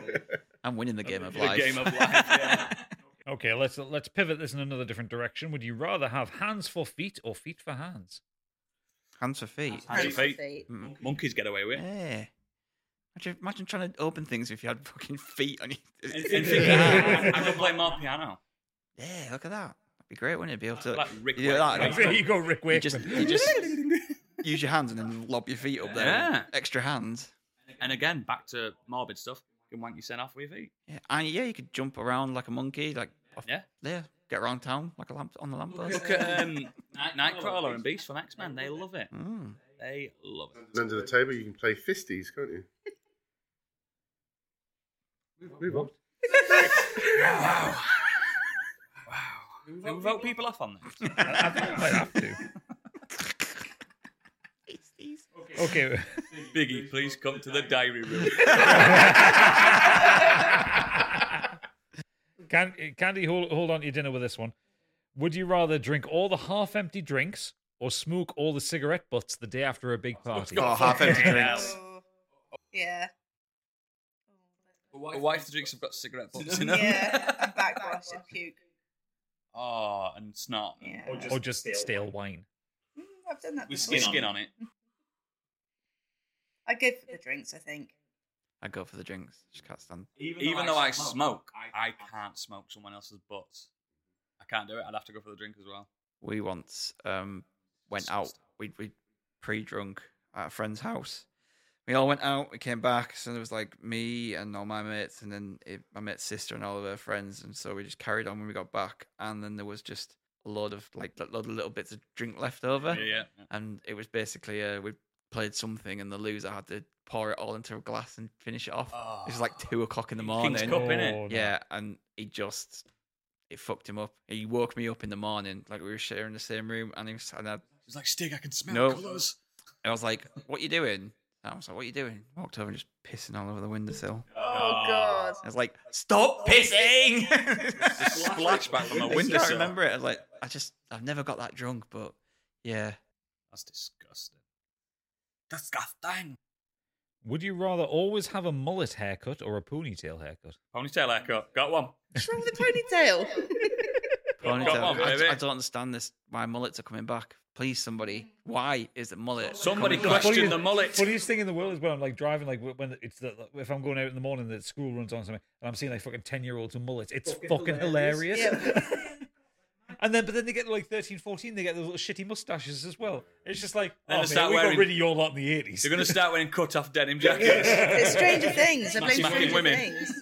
S1: I'm winning the game of
S2: The
S1: life.
S2: game of life, yeah.
S4: Okay, let's let's pivot this in another different direction. Would you rather have hands for feet or feet for hands?
S1: Hands for feet.
S2: Hands for feet.
S3: feet.
S1: Mm.
S2: Monkeys get away with. it.
S1: Yeah. Imagine, imagine trying to open things if you had fucking feet on your.
S2: And, and think, I, I can play more piano.
S1: yeah, look at that. That'd be great, wouldn't it? Be able to
S2: Like Rick
S1: you do
S2: Wakeman.
S1: that,
S4: There you go, Rick
S1: you
S4: Wakeman.
S1: just, you just use your hands and then lob your feet up there.
S2: Yeah.
S1: Extra hands.
S2: And again, back to morbid stuff. You can wank yourself off with your feet.
S1: Yeah, and yeah, you could jump around like a monkey, like off, yeah.
S2: Yeah.
S1: get around town like a lamp on the lamppost.
S2: Look at um, Nightcrawler and Beast from X Men. They love it.
S1: Mm.
S2: They love it.
S5: And under the table, you can play fisties, can't you? Move on.
S2: Can we vote people off on this?
S4: I think I might have to. Okay,
S2: Biggie, please come to the diary room.
S4: Can, Candy, hold, hold on to your dinner with this one. Would you rather drink all the half empty drinks or smoke all the cigarette butts the day after a big party?
S1: Got half empty
S2: Yeah.
S1: drinks.
S3: Yeah.
S2: My wife, the drinks have got cigarette butts in them.
S3: Yeah. And backwash and puke.
S2: Oh, and snot.
S3: Yeah.
S4: Or just stale wine?
S3: Mm, I've done that
S2: With
S3: before.
S2: skin, skin on it.
S3: I go for the drinks, I think.
S1: I go for the drinks. Just can't stand.
S2: Even, though, I, smoke, I can't smoke someone else's butts. I can't do it. I'd have to go for the drink as well.
S1: We once um, went out. We we pre drunk at a friend's house. We all went out. We came back. So there was like me and all my mates, and then it, my mate's sister and all of her friends. And so we just carried on when we got back. And then there was just a lot of like a lot of little bits of drink left over.
S2: Yeah, yeah. yeah.
S1: and it was basically uh, we played something, and the loser had to pour it all into a glass and finish it off. It was like two o'clock in the morning.
S2: King's Cup, innit?
S4: Oh, no.
S1: Yeah, and he just it fucked him up. He woke me up in the morning, like we were sharing the same room, and he was, and I,
S2: It's like, Stig, I can smell
S1: No.
S2: colours.
S1: I was like, "What you doing?" And I was like, "What you doing?" Walked over and just pissing all over the windowsill.
S3: Oh, God.
S1: I was like, "Stop pissing!"
S2: Just splashback from a
S1: I still
S2: Oh, windowsill.
S1: remember it. I was like, "I just I've never got that drunk, but yeah."
S2: That's disgusting. Disgusting.
S4: Would you rather always have a mullet haircut or a ponytail haircut?
S2: Ponytail haircut. Got one.
S3: What's wrong with the ponytail?
S1: Ponytail.
S2: on,
S1: I,
S2: baby.
S1: I don't understand this. Why mullets are coming back? Please, somebody. Why is it mullet?
S2: Somebody
S1: coming back?
S2: question
S4: Funniest-
S2: the mullet.
S4: Funniest thing in the world is when I'm like driving, like when it's the, if I'm going out in the morning, that school runs on something, and I'm seeing like fucking ten year olds in mullets. It's fucking, hilarious. and then, but then they get like 13, 14, they get those little shitty mustaches as well. It's just like, oh,
S2: Then they
S4: mate,
S2: start
S4: we
S2: wearing-
S4: got rid of your lot in the eighties.
S2: They're going to start wearing cut off denim jackets.
S3: It's Stranger Things. I blame
S2: Smacking
S3: Stranger
S2: women.
S3: Things.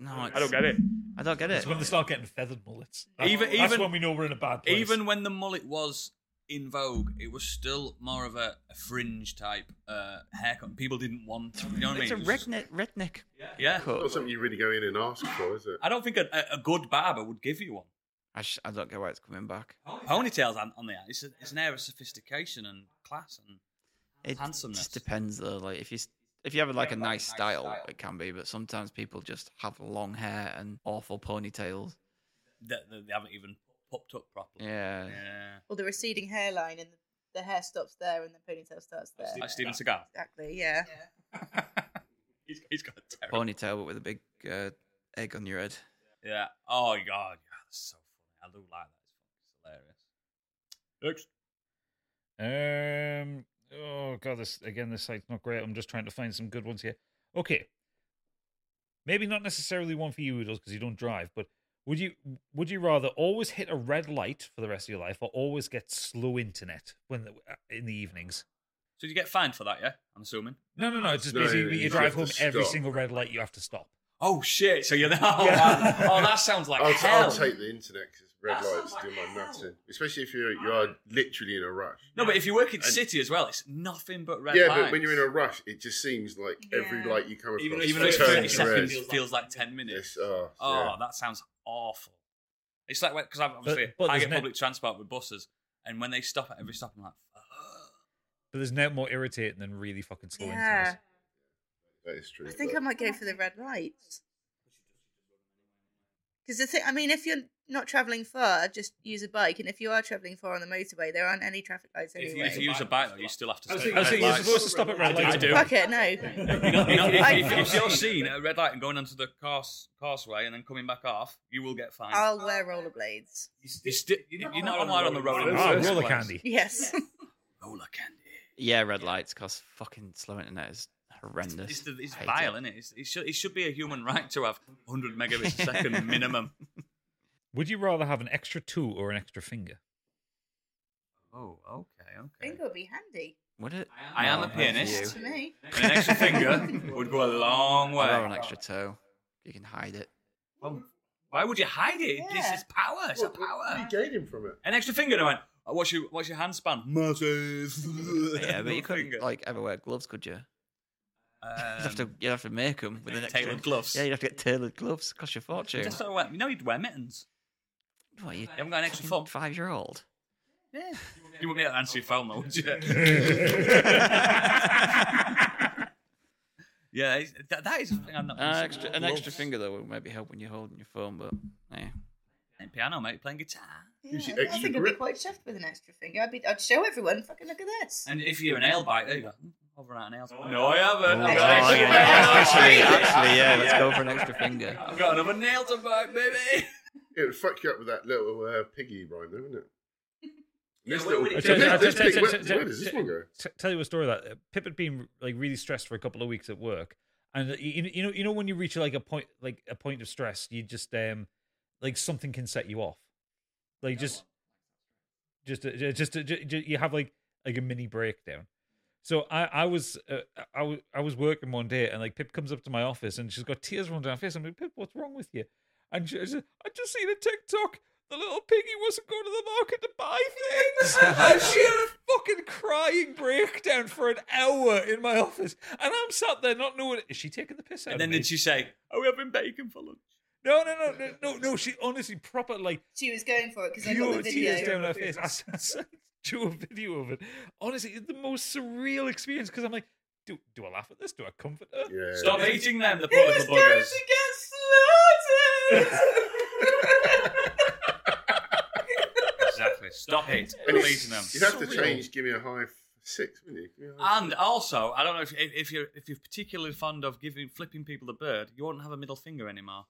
S1: No,
S2: I don't get it.
S1: I don't get it.
S4: when they start getting feathered mullets. That's,
S2: Even-
S4: that's
S2: even-
S4: when we know we're in a bad place.
S2: Even when the mullet was in vogue, it was still more of a, a fringe type uh, haircut. People didn't want, you know what I mean?
S1: It's a
S2: It was just-
S1: redneck redneck
S2: Yeah.
S5: not
S1: cut.
S5: something you really go in and ask for, is it?
S2: I don't think a, a- a good barber would give you one.
S1: I, sh- I don't get why it's coming back.
S2: Ponytails on, on the It's, a, it's an air of sophistication and class. And
S1: It
S2: Handsomeness.
S1: just depends though. Like if you s- if you have like a nice style, it can be. But sometimes people just have long hair and awful ponytails.
S2: they, they, they haven't even popped up properly.
S1: Yeah.
S2: Yeah.
S3: Or the receding hairline, and the hair stops there, and the ponytail starts there.
S2: Like Steven Seagal.
S3: Exactly, yeah.
S2: he's, he's got a terrible.
S1: Ponytail, but with a big uh, egg on your head.
S2: Yeah. Oh god. Yeah, that's so funny. I do like that. It's fucking hilarious.
S4: Um. Oh god, this again. This site's not great. I'm just trying to find some good ones here. Okay. Maybe not necessarily one for you, Oodles, because you don't drive. But would you would you rather always hit a red light for the rest of your life, or always get slow internet when the, uh, in the evenings?
S2: So you get fined for that, yeah? I'm assuming.
S4: No, no, no. It's just
S5: No,
S4: basically
S5: you
S4: when you
S5: just
S4: drive
S5: have to
S4: home every
S5: stop.
S4: single red light. You have to stop.
S2: Oh shit! So you're there. Oh,
S4: Yeah.
S2: wow. Oh, that sounds like
S5: I'll, t-
S2: hell.
S5: I'll take the internet because red
S2: That
S5: lights
S2: sounds like
S5: do my
S2: hell.
S5: nuts in. Especially if you're you are literally in a rush.
S2: no, but if you work in
S5: And-
S2: city as well, it's nothing but red
S5: yeah,
S2: lights.
S5: but when you're in a rush, it just seems like every
S3: Yeah.
S5: light you come across
S2: even, even though
S5: turns
S2: it's 30
S5: red.
S2: seconds feels like 10 minutes.
S5: Yes, oh,
S2: Oh,
S5: yeah.
S2: that sounds awful. It's like because I've obviously
S4: but
S2: I
S4: there's
S2: get
S4: no-
S2: public transport with buses, and when they stop at every stop, I'm like, "Fuck."
S4: But there's no more irritating than really fucking slow
S3: Yeah.
S4: internet.
S5: that is true.
S3: I think
S5: but-
S3: I might go for the red lights. Because the thing, I mean, if you're not travelling far, just use a bike. And if you are travelling far on the motorway, there aren't any traffic lights
S2: if
S3: anyway.
S2: you, if you use a bike, though, you still have to.
S4: I
S2: stay at
S4: was
S2: red
S4: thinking, you're
S2: lights.
S4: supposed to stop at red
S2: I
S4: lights.
S2: do.
S4: but-
S3: Fuck it, no.
S2: You know, you know,
S3: I-
S2: if, if, if you're seen at a red light and going onto the course, causeway and then coming back off, you will get fined.
S3: I'll wear rollerblades.
S2: you sti- you, are not allowed on the road. in the
S4: Ah,
S2: first
S4: roller
S2: place.
S4: candy.
S3: Yes.
S2: Roller candy.
S1: Yeah, red lights because fucking slow internet is horrendous.
S2: It's, the, it's
S1: I hate
S2: vile, isn't it? It's, it, should, it should be a human right to have 100 megabits a second minimum.
S4: Would you rather have an extra two or an extra finger?
S2: Oh, okay, okay.
S3: Finger would be handy
S1: Would it?
S2: I am
S1: No,
S2: a
S1: not for you.
S2: pianist.
S3: to me.
S2: And an extra finger would go a long
S1: I'd have an
S2: way.
S1: extra toe. You can hide it.
S2: Why would you hide it? It's,
S3: Yeah.
S2: it's power. It's a
S5: What- What are
S2: power.
S5: you gaining from it?
S2: An extra finger, and I went, "Oh, what's your, what's your hand span? Massive.
S1: Yeah, but you couldn't
S2: Finger.
S1: like ever wear gloves, could you? You'd have to
S2: Um,
S1: you'd have to make them with an extra.
S2: tailored gloves.
S1: Yeah, you'd have to get tailored gloves. Cost you a fortune.
S2: Just sort of went, you know, you'd wear mittens.
S1: What, you, you
S2: haven't got an extra thumb.
S1: Five year old.
S2: You wouldn't be able to answer your phone, though, would you? Yeah, it's- that, that is something I'm not.
S1: An
S2: used to.
S1: extra, an extra finger though would maybe help when you're holding your phone, but yeah.
S2: Playing piano, mate, playing guitar.
S3: Yeah,
S5: Use your
S3: I
S5: extra
S3: think I'd be
S5: grip.
S3: quite chuffed with an extra finger. I'd, be, I'd show everyone. Fucking look at this.
S2: And if you're a nail biter, you go "Hmm, over at nails.
S7: No, I haven't.
S3: Oh,
S7: I've
S3: yeah,
S7: got an
S3: yeah,
S7: extra
S1: Actually,
S7: finger.
S1: actually, yeah. Let's go for an extra finger.
S2: I've got another nail to bite, baby.
S5: It would fuck you up with that little uh, piggy rhyme, though, wouldn't it? This
S7: Yeah, when-
S5: little-
S7: when it-
S5: So
S4: Yeah,
S5: this- this
S4: yeah,
S5: pig-
S4: yeah,
S5: Where
S4: yeah,
S5: where does this
S4: yeah.
S5: one go?
S4: t- tell you a story that uh, Pip had been like really stressed for a couple of weeks at work, and uh, you, you know, you know, when you reach like a point, like a point of stress, you just um, like something can set you off, like just, just, uh, ju- just, uh, ju- ju- you have like like a mini breakdown. So I, I was, uh, I was, I was working one day, and like Pip comes up to my office, and she's got tears running down her face. I'm like, Pip, what's wrong with you? And she, she said, I just seen a TikTok. The little piggy wasn't going to the market to buy things. and she had a fucking crying breakdown for an hour in my office. And I'm sat there not knowing, is she taking the piss out
S2: And
S4: of
S2: then
S4: me?
S2: did she say, "Oh, "Are we having bacon for lunch?"
S4: No, no, no, no, no, no. She honestly, proper, like,
S3: She was going for it because I got
S4: pure
S3: the
S4: tears
S3: video.
S4: down her face. I s- I drew a video of it. Honestly, it's the most surreal experience because I'm like, do, do I laugh at this? Do I comfort her?
S5: Yeah.
S2: Stop eating them, the
S3: He
S2: poor
S3: was
S2: little
S3: going
S2: buggers.
S3: to get slaughtered.
S2: Exactly. Stop it.
S5: And
S2: Stop Um,
S5: it's-
S2: eating them.
S5: You'd have to
S4: Surreal.
S5: change. Give me a high f- six, wouldn't you? Give me a high
S2: And also, I don't know if if if you're if you're particularly fond of giving flipping people the bird, you won't have a middle finger anymore.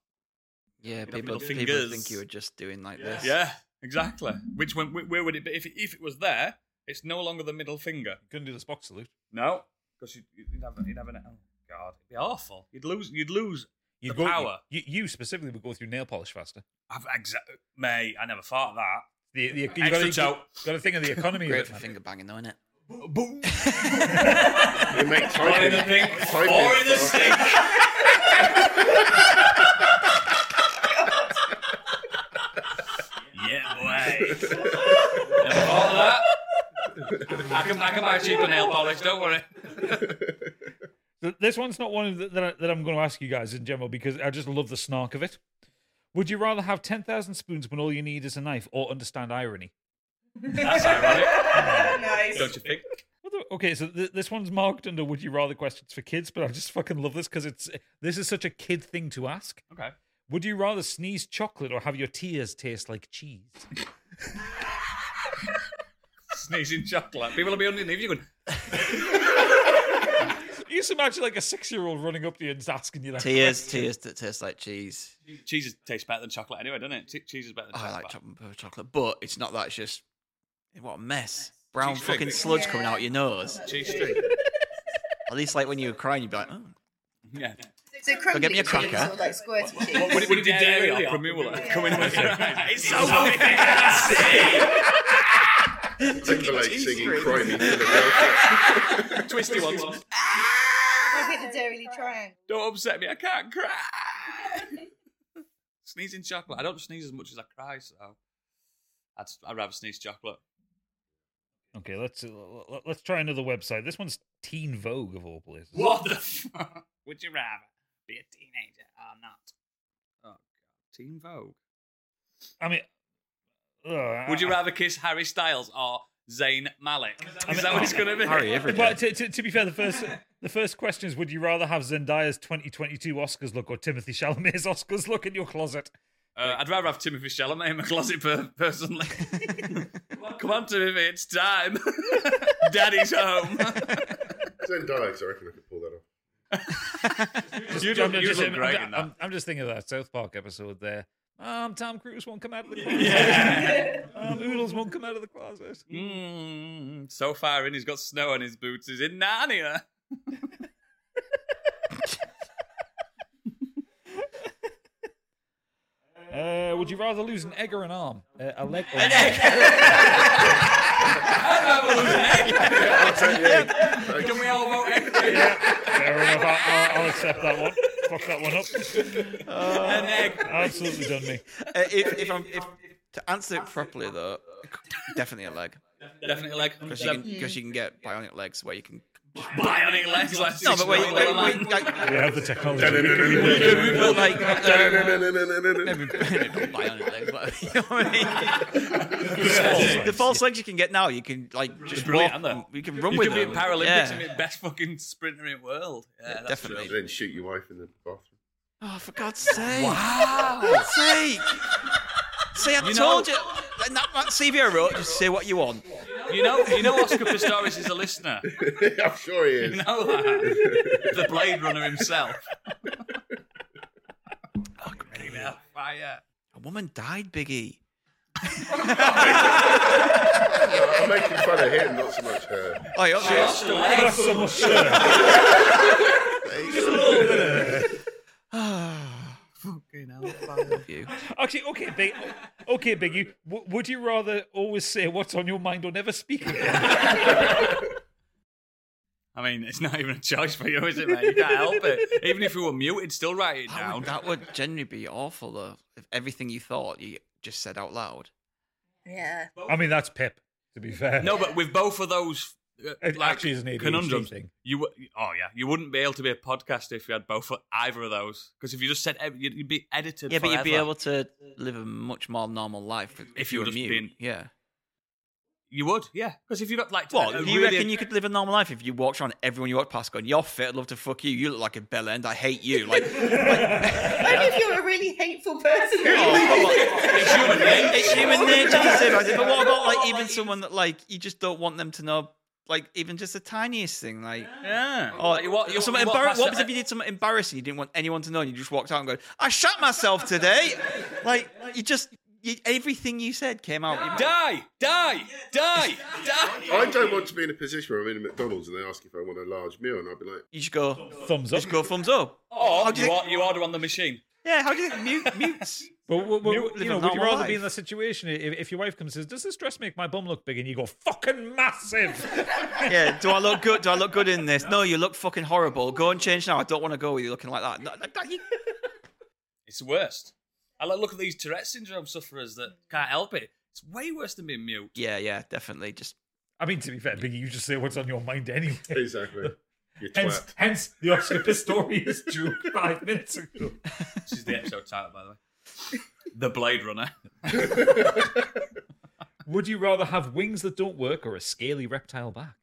S1: Yeah,
S2: Little
S1: people people
S2: fingers.
S1: think you were just doing like this.
S2: Yeah, exactly. Which when wh- where would it be if it, if it was there? It's no longer the middle finger.
S4: Gonna do this box salute.
S2: No, because you'd, you'd have you'd have an oh god, it'd be awful. You'd lose you'd lose.
S4: You'd
S2: The
S4: go,
S2: power.
S4: You, you specifically would go through nail polish faster.
S2: I've exa- May I never thought of that.
S4: The, the, you
S2: Extra
S4: gotta,
S2: toe.
S4: got to think of the economy of
S1: Great
S4: it.
S1: for
S4: man.
S1: finger banging though, innit?
S5: six. They make
S2: One in the
S5: typing.
S2: pink,
S5: Typing.
S2: four in the sink. yeah, boy. Never thought of that. I can, I can buy cheaper nail polish. Don't worry.
S4: Th- This one's not one that, that, I, that I'm going to ask you guys in general because I just love the snark of it. Would you rather have 10,000 spoons when all you need is a knife or understand irony?
S2: That's ironic,
S3: nice.
S2: don't you think?
S4: What the- Okay, so th- this one's marked under would you rather questions for kids, but I just fucking love this because it's this is such a kid thing to ask.
S2: Okay.
S4: Would you rather sneeze chocolate or have your tears taste like cheese?
S2: Sneezing chocolate. People will be underneath you going,
S4: you just imagine like a six year old running up to you and asking you that.
S1: Tears, tears that taste like cheese.
S2: cheese is- tastes better than chocolate anyway, doesn't it? Che- Cheese is better
S1: Oh, I
S2: than chocolate.
S1: like chocolate pepper chocolate, but it's not that. It's just what a mess. Brown
S2: Cheese
S1: fucking
S2: string.
S1: sludge coming out your nose.
S2: Cheese string.
S1: At least, like when you were crying, you'd be like, "Oh,
S2: Yeah.
S3: So crumbly
S1: get me a
S3: cheese
S1: cracker.
S3: or like squirty cheese.
S2: Would it be dairy or primula? Come in with it. It's so fancy.
S5: Timberlake singing "Cry Me Philadelphia."
S2: Twisty ones.
S3: I'll get the Dairy Triangle.
S2: Don't upset me. I can't cry. Sneezing chocolate. I don't sneeze as much as I cry, so I'd, I'd rather sneeze chocolate.
S4: Okay, let's uh, l- l- let's try another website. This one's Teen Vogue of all places.
S2: What the fuck? Would you rather be a teenager or not? Oh, God. Teen Vogue.
S4: I mean, ugh,
S2: Would you
S4: I-
S2: rather kiss Harry Styles or Zayn Malik? Is that what it's going to be?
S1: Harry oh, every
S4: Well,
S1: day."
S4: to, to, to be fair, the first the first question is: Would you rather have Zendaya's 2022 Oscars look or Timothy Chalamet's Oscars look in your closet?
S2: Uh, I'd rather have Timothy Chalamet in my closet per- personally. Come on, Timothy, it's time. Daddy's home.
S5: Zendaya, so I reckon I could pull that off.
S4: Just-
S2: You look- you look
S4: I'm,
S2: great
S4: I'm-
S2: in that.
S4: I'm- I'm just thinking of that South Park episode there. Um, Tom Cruise won't come out of the closet. um, Oodles won't come out of the closet.
S2: Mm, so far in, he's got snow on his boots. He's in Narnia.
S4: Uh, would you rather lose an egg or an arm? Uh, a leg or an
S2: Can we all vote in?
S4: Fair enough. I, I'll, I'll accept that one. Fuck that one up.
S2: an egg?
S4: Absolutely done me.
S1: Uh, if, if I'm if to answer it properly though, definitely a leg
S2: Definitely like um,
S1: because you can because you can get bionic legs where you can
S2: bionic legs. Like,
S1: No, but wait, wait, wait, like,
S4: We have the technology.
S1: but like, um,
S5: That's
S1: bionic legs, but- you know what I mean? the false legs you can get now, you can like just
S2: brilliant,
S1: walk,
S2: aren't
S1: you can run
S2: You
S1: with
S2: could be in
S1: them.
S2: Paralympics
S1: Yeah.
S2: and be the best fucking sprinter in the world. Yeah, that's
S1: definitely.
S5: Then shoot your wife in the bathroom.
S1: Oh, for God's sake!
S2: true. Wow.
S1: God's sake! See, I
S2: You
S1: told
S2: know-
S1: you. And that, that CV I wrote, just say what you want.
S2: you know, you know, Oscar Pistorius is a listener.
S5: I'm sure he
S2: You
S5: is.
S2: know that. the Blade Runner himself. Fire.
S1: A woman died, Biggie.
S5: I'm making fun of him, not so much her.
S1: Oh, yeah, okay. you.
S4: Actually, okay, big, okay, Biggie. W- would you rather always say what's on your mind or never speak again?
S2: I mean, it's not even a choice for you, is it, mate? You can't help it. Even if we were muted, still write it
S1: That
S2: down.
S1: would, that would generally be awful, though. If everything you thought you just said out loud.
S3: Yeah.
S4: I mean, that's Pip. To be fair,
S2: No, but with both of those, uh,
S4: It
S2: like,
S4: actually is an ADHD
S2: conundrums,
S4: thing.
S2: you w- oh yeah, you wouldn't be able to be a podcaster if you had both of- either of those. Because if you just said ev- you'd, you'd be edited.
S1: Yeah, but you'd be
S2: forever.
S1: able to live a much more normal life if,
S2: If
S1: you
S2: you
S1: were
S2: were just
S1: mute.
S2: being-
S1: yeah.
S2: You would, yeah. Because if you got like,
S1: What?
S2: a- a
S1: do you
S2: really-
S1: reckon you could live a normal life if you walked around everyone you walked past going, "You're fit. I'd love to fuck you. You look like a bell end. I hate you." Like,
S3: Only if you're a really hateful person.
S2: Oh, It's human nature.
S1: it's human nature to say that. But what about like even someone that like you just don't want them to know, like even just the tiniest thing, like.
S2: Yeah.
S1: Or
S2: Like, you walk- you-
S1: something
S2: you walk
S1: embar-
S2: past
S1: what
S2: a-
S1: was if you did something embarrassing you didn't want anyone to know and you just walked out and go, I shot myself today? like, you just, you, everything you said came out. You-
S2: Die! Die! Die! Die!
S5: I don't want to be in a position where I'm in a McDonald's and they ask if I want a large meal, and I'd be like,
S1: You just go,
S4: thumbs up.
S1: just go thumbs up.
S2: Or
S1: do you
S2: you, or, you order on the machine.
S1: Yeah, how do you mute, mutes?
S4: But, w- w-
S1: Mute, live
S4: you
S1: a
S4: know, would you
S1: normal
S4: rather be
S1: life.
S4: in that situation if, if your wife comes and says, "Does this dress make my bum look big?" and you go, "Fucking massive."
S1: Yeah, do I look good? Do I look good in this? No, you look fucking horrible. Go and change now. I don't want to go with you looking like that. No, no, no, you-
S2: It's the worst. I like look at these Tourette syndrome sufferers that can't help it. It's way worse than being mute.
S1: Yeah, yeah, definitely. Just
S4: I mean, to be fair, Biggie, you just say what's on your mind anyway.
S5: exactly. You
S4: Hence,
S5: twat.
S4: hence the Oscar Pistorius joke five minutes ago.
S2: This is the episode title, by the way. The Blade Runner.
S4: Would you rather have wings that don't work or a scaly reptile back?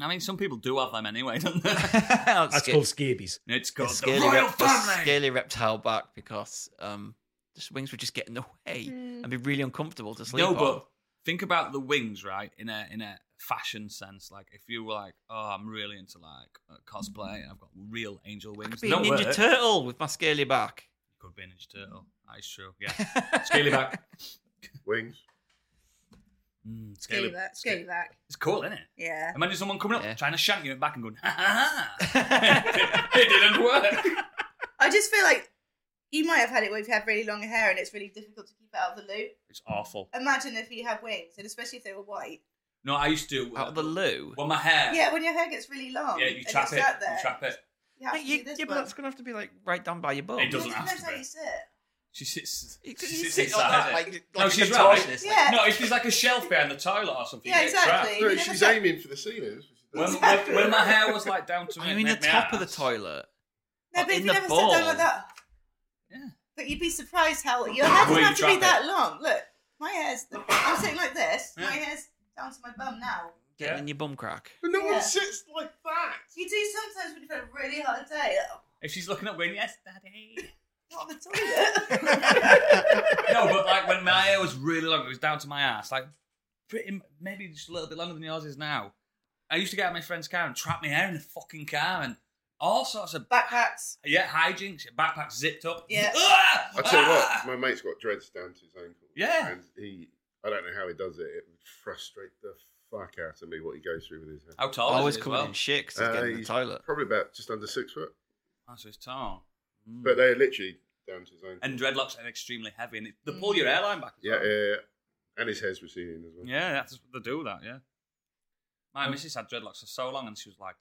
S2: I mean, some people do have them anyway, don't they?
S1: that's
S4: That's called scabies.
S2: It's called the
S1: scaly,
S2: Royal
S1: rep- the
S2: Family.
S1: scaly reptile back because um, the wings would just get in the way
S3: Mm-hmm.
S1: and be really uncomfortable to sleep
S2: No,
S1: on.
S2: but think about the wings, right? In a in a fashion sense, like if you were like, oh, I'm really into like uh, cosplay, and I've got real angel
S1: I
S2: wings.
S1: could be a
S2: Don't
S1: Ninja
S2: work.
S1: Turtle with my scaly back.
S2: Could be a Ninja Turtle. That is true. Yeah. Scaly back.
S5: Wings.
S2: Mm,
S3: Scale back. Scale back.
S2: It's cool, isn't it?
S3: Yeah.
S2: Imagine someone coming up
S1: Yeah.
S2: trying to shank you in the back and going, ha ha ha. it didn't work.
S3: I just feel like you might have had it where you've had really long hair and it's really difficult to keep it out of the loop.
S2: It's awful.
S3: Imagine if you have wings, and especially if they were white.
S2: No, I used to. uh,
S1: Out of the loo.
S2: Well, my hair.
S3: Yeah, when your hair gets really long.
S2: Yeah, you
S3: and
S2: trap it.
S3: sit there,
S2: You trap it.
S3: you have
S1: Like,
S3: to
S1: you-
S3: do this
S1: yeah, but
S3: one.
S1: that's going to have to be like right down by your bum.
S2: It doesn't
S3: It
S2: have
S3: depends
S2: to
S3: how
S2: be.
S3: you sit.
S2: She sits.
S1: You
S2: She
S1: could-
S2: sits
S1: sit like
S2: inside
S1: that,
S2: it.
S1: like,
S2: no,
S1: like a
S2: she's right.
S1: contortionist.
S3: Yeah.
S2: No, if there's like a shelf behind the toilet or something.
S3: Yeah,
S2: you get trapped.
S3: exactly.
S5: No,
S3: You never
S5: she's
S3: know.
S5: aiming for the ceiling.
S2: When, when, when my hair was like down to me,
S1: I mean, the
S2: my- my
S1: top of the
S2: ass.
S1: toilet.
S3: No,
S1: Oh,
S3: but if
S1: in the
S3: you never sat down
S1: bowl.
S3: like that.
S2: Yeah.
S3: But you'd be surprised how your hair
S2: Where
S3: doesn't
S2: you
S3: have to be
S2: trap
S3: that long. Look, my hair's. I'm sitting like this.
S2: Yeah.
S3: My hair's down to my bum now.
S1: Getting
S2: Yeah.
S1: in your bum crack.
S5: But no
S3: Yeah.
S5: one sits like that.
S3: You do sometimes when you've had a really hard day. Oh,
S2: If she's looking up, going, yes, daddy.
S3: not on the toilet.
S2: no, but like when my hair was really long, it was down to my ass. Like, pretty, maybe just a little bit longer than yours is now. I used to get out of my friend's car and trap my hair in the fucking car and all sorts of
S3: Backpacks.
S2: yeah hijinks. Your backpack zipped up.
S3: Yeah.
S2: Ah!
S5: I tell you
S2: Ah!
S5: what, my mate's got dreads down to his ankle.
S2: Yeah.
S5: And he, I don't know how he does it. It would frustrate the fuck out of me what he goes through with his hair.
S2: How tall
S1: Always
S2: is it?
S1: coming in shit 'cause he's
S5: Uh,
S1: getting in the
S5: he's
S1: toilet.
S5: Probably about just under six foot.
S2: That's his Oh, tall. Mm.
S5: But they're literally down to his ankle.
S2: and dreadlocks are extremely heavy, and it, they pull your hairline back. as
S5: yeah,
S2: well.
S5: yeah, yeah. And his hair's receding as well.
S2: Yeah, that's they do that. Yeah, my missus had dreadlocks for so long, and she was like,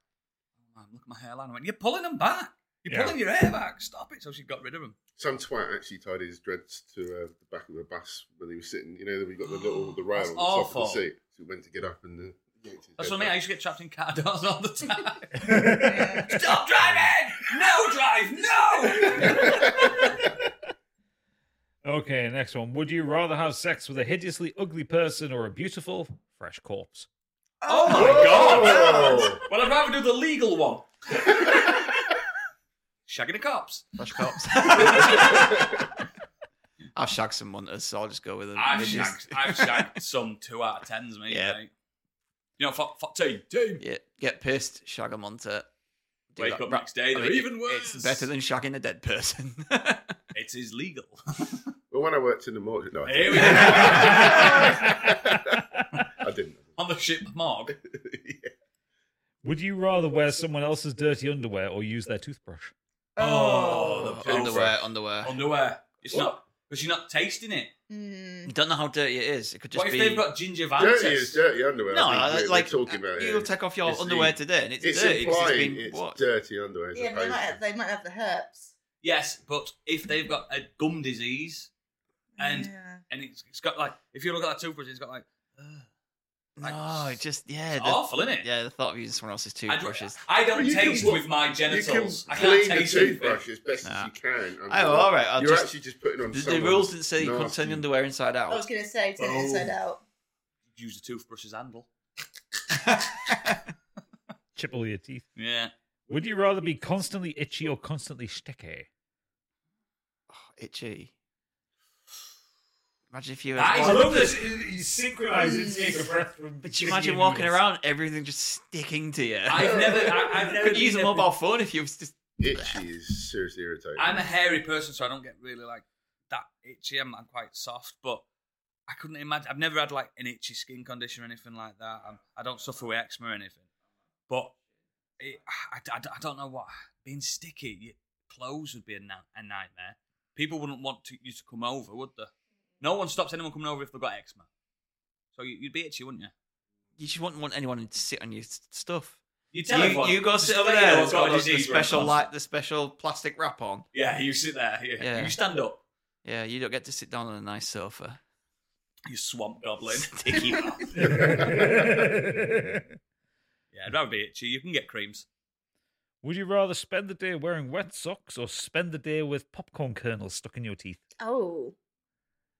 S2: oh, "Man, look at my hairline." I went, "You're pulling them back. You're
S4: Yeah.
S2: pulling your hair back. Stop it!" So she got rid of them.
S5: Some twat actually tied his dreads to uh, the back of the bus when he was sitting. You know, we got the little the rail
S2: That's
S5: on the top
S2: awful.
S5: of the seat. So he went to get up and the yanked his
S2: That's
S5: head
S2: what I mean. I
S5: back.
S2: used to get trapped in car doors all the time.
S3: Yeah.
S2: Stop driving! No drive! No!
S4: okay, next one. Would you rather have sex with a hideously ugly person or a beautiful, fresh corpse?
S2: oh my god!
S5: Oh!
S2: Well, I'd rather do the legal one. Shagging the cops.
S1: Flash cops. I've shagged some munters, so I'll just go with them.
S2: I've shagged, I've shagged some two out of tens, mate.
S1: Yeah.
S2: mate. You know, fuck, fuck team, team.
S1: Yeah, get pissed, shag a munter. Do
S2: Wake
S1: that.
S2: up
S1: Ra-
S2: next day,
S1: I
S2: they're
S1: mean,
S2: even worse.
S1: It's better than shagging a dead person.
S2: It is legal.
S5: Well, when I worked in the morgue, no, I
S2: Here
S5: didn't.
S2: we go.
S5: I didn't.
S2: On the ship morgue.
S4: Would you rather wear someone else's dirty underwear or use their toothbrush?
S2: Oh, the
S1: underwear,
S2: Uh.
S1: underwear.
S2: Underwear. It's
S5: What?
S2: not because you're not tasting it.
S1: You don't know how dirty it is. It could just
S2: what
S1: be.
S2: if they've got gingivitis?
S5: Dirty is dirty underwear.
S1: no,
S5: I think
S1: like,
S5: we're,
S1: like
S5: we're talking about
S1: you'll
S5: here.
S1: take off your
S5: It's the-
S1: underwear today, and it's,
S5: It's
S1: dirty because it's
S5: implying
S1: been
S5: it's
S1: what?
S5: dirty underwear. as
S3: Yeah, but they
S5: opposed
S3: might
S5: to-
S3: have, they might have the herpes.
S2: Yes, but if they've got a gum disease and
S3: Yeah.
S2: and it's, it's got like if you look at that toothbrush, it's got like
S1: No, it just yeah,
S2: It's
S1: the-
S2: awful, innit?
S1: Yeah, the thought of using someone else's
S2: Oh. I
S1: toothbrush
S2: don't,
S1: is.
S2: I don't
S5: But you can
S2: taste
S5: wa-
S2: with my genitals.
S5: You
S2: I
S5: can clean
S2: can't
S5: the
S2: taste anything.
S5: toothbrush as best
S1: Nah.
S5: as you can. under
S1: Oh,
S5: that.
S1: all right, I'll
S5: You're
S1: just-
S5: actually just putting on
S1: The, the
S5: someone's
S1: rules didn't say you couldn't
S5: nasty-
S1: turn the underwear inside out.
S3: I was going to say,
S4: Oh.
S3: turn it inside out.
S2: Use the toothbrush's handle.
S4: Chip all your teeth.
S2: Yeah.
S4: Would you rather be constantly itchy or constantly sticky?
S1: Itchy. Imagine if you.
S2: That is
S1: walked-
S2: I love this.
S4: You synchronize and take a breath from.
S1: but you imagine walking around, everything just sticking to you.
S2: I've never. I, I've never
S1: could use a
S2: been
S1: mobile phone if you was just.
S5: Itchy is seriously irritating.
S2: I'm a hairy person, so I don't get really like that itchy. I'm, I'm quite soft, but I couldn't imagine. I've never had like an itchy skin condition or anything like that. I'm, I don't suffer with eczema or anything, but it, I, I- I don't know what being sticky. Your clothes would be a, na- a nightmare. People wouldn't want to, you to come over, would they? No one stops anyone coming over if they've got eczema. So you, you'd be itchy, wouldn't you?
S1: You just wouldn't want anyone to sit on your s- stuff.
S2: You
S1: You,
S2: everyone,
S1: you go
S2: "Just
S1: sit over
S2: let you
S1: there.
S2: know
S1: It's
S2: I've
S1: got the, the
S2: disease where it
S1: special
S2: comes."
S1: light, the special plastic wrap on.
S2: Yeah, you sit there. Yeah.
S1: Yeah.
S2: You stand up.
S1: Yeah, you don't get to sit down on a nice sofa.
S2: You swamp goblin.
S1: Sticky mouth.
S2: Yeah, that would be itchy. You can get creams.
S4: Would you rather spend the day wearing wet socks or spend the day with popcorn kernels stuck in your teeth?
S3: Oh.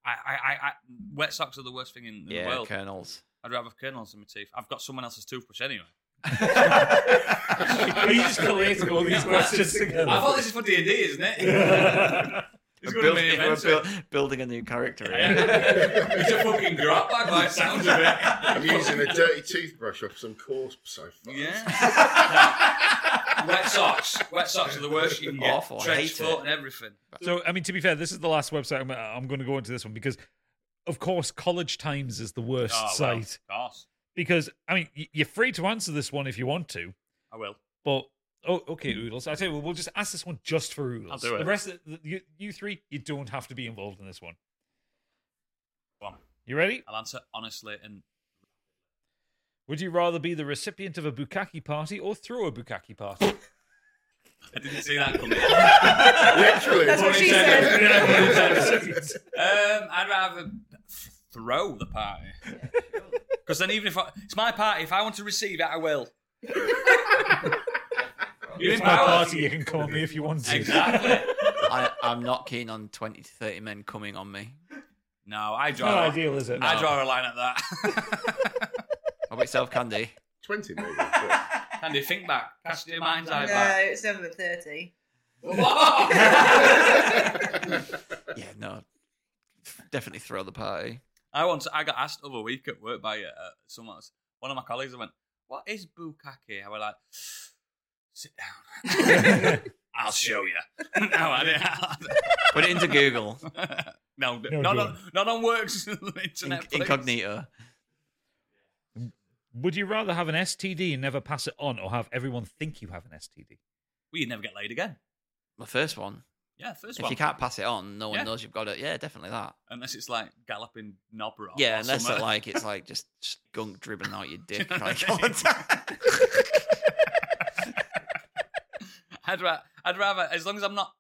S2: I, I, I, I wet socks are the worst thing in, in the
S1: yeah,
S2: world.
S1: kernels.
S2: I'd rather have kernels in my teeth. I've got someone else's toothbrush anyway.
S4: Are you just collating all these questions together?
S2: I thought this is for D and D, isn't it? It's
S1: We're,
S2: gonna
S1: build-
S2: be an
S1: we're
S2: adventure.
S1: buil- building a new character. here.
S2: it's a fucking grot bag by the sounds of it.
S5: I'm using a dirty toothbrush off some corpse so far.
S2: Yeah. wet socks. Wet socks are the worst you can get.
S1: Awful. I
S2: Trench
S1: hate it.
S2: foot and everything.
S4: So, I mean, to be fair, this is the last website I'm, I'm going to go into this one because, of course, College Times is the worst
S2: Oh, well,
S4: site.
S2: of course.
S4: Because, I mean, y- you're free to answer this one if you want to,
S2: I will.
S4: but. Oh, okay, Oodles. I tell you, what, we'll just ask this one just for Oodles.
S2: I'll do it.
S4: The rest of the, you, you three, you don't have to be involved in this one.
S2: Go on.
S4: You ready?
S2: I'll answer honestly and
S4: Would you rather be the recipient of a bukkake party or throw a bukkake party?
S2: I didn't see that coming.
S5: Literally.
S3: That's what she said.
S2: Um, I'd rather throw the party. Because then, even if I, it's my party, if I want to receive it, I will. You're
S4: It's
S2: in
S4: my
S2: power.
S4: party. You can call me if you want to.
S2: Exactly.
S1: I, I'm not keen on 20 to 30 men coming on me.
S2: No, I
S4: Not
S2: draw.
S4: ideal, is it?
S2: I draw a line at that.
S1: How about yourself, Candy?
S5: 20 maybe. yeah.
S2: Andy, think back. Cast your mind's eye
S3: No,
S2: back.
S3: it's never been 30.
S1: Yeah, no. Definitely throw the party.
S2: I once I got asked over a week at work by uh, someone, else- one of my colleagues. I went, "What is bukkake?" I was like, "Sit down. I'll show you." no, I didn't.
S1: Put it into Google.
S2: no,
S4: No,
S2: not
S4: go
S2: on, not on works internet.
S1: Inc-
S2: please.
S1: incognito.
S4: Would you rather have an STD and never pass it on, or have everyone think you have an STD?
S2: Well, you'd never get laid again.
S1: My first one.
S2: Yeah, first
S1: If
S2: one.
S1: you can't pass it on, no one
S2: Yeah.
S1: knows you've got it. Yeah, definitely that.
S2: Unless it's like galloping knob rock.
S1: yeah,
S2: or
S1: unless it,
S2: something.
S1: like it's like just skunk dribbling out your dick like all the time.
S2: I'd, ra- I'd rather, as long as I'm not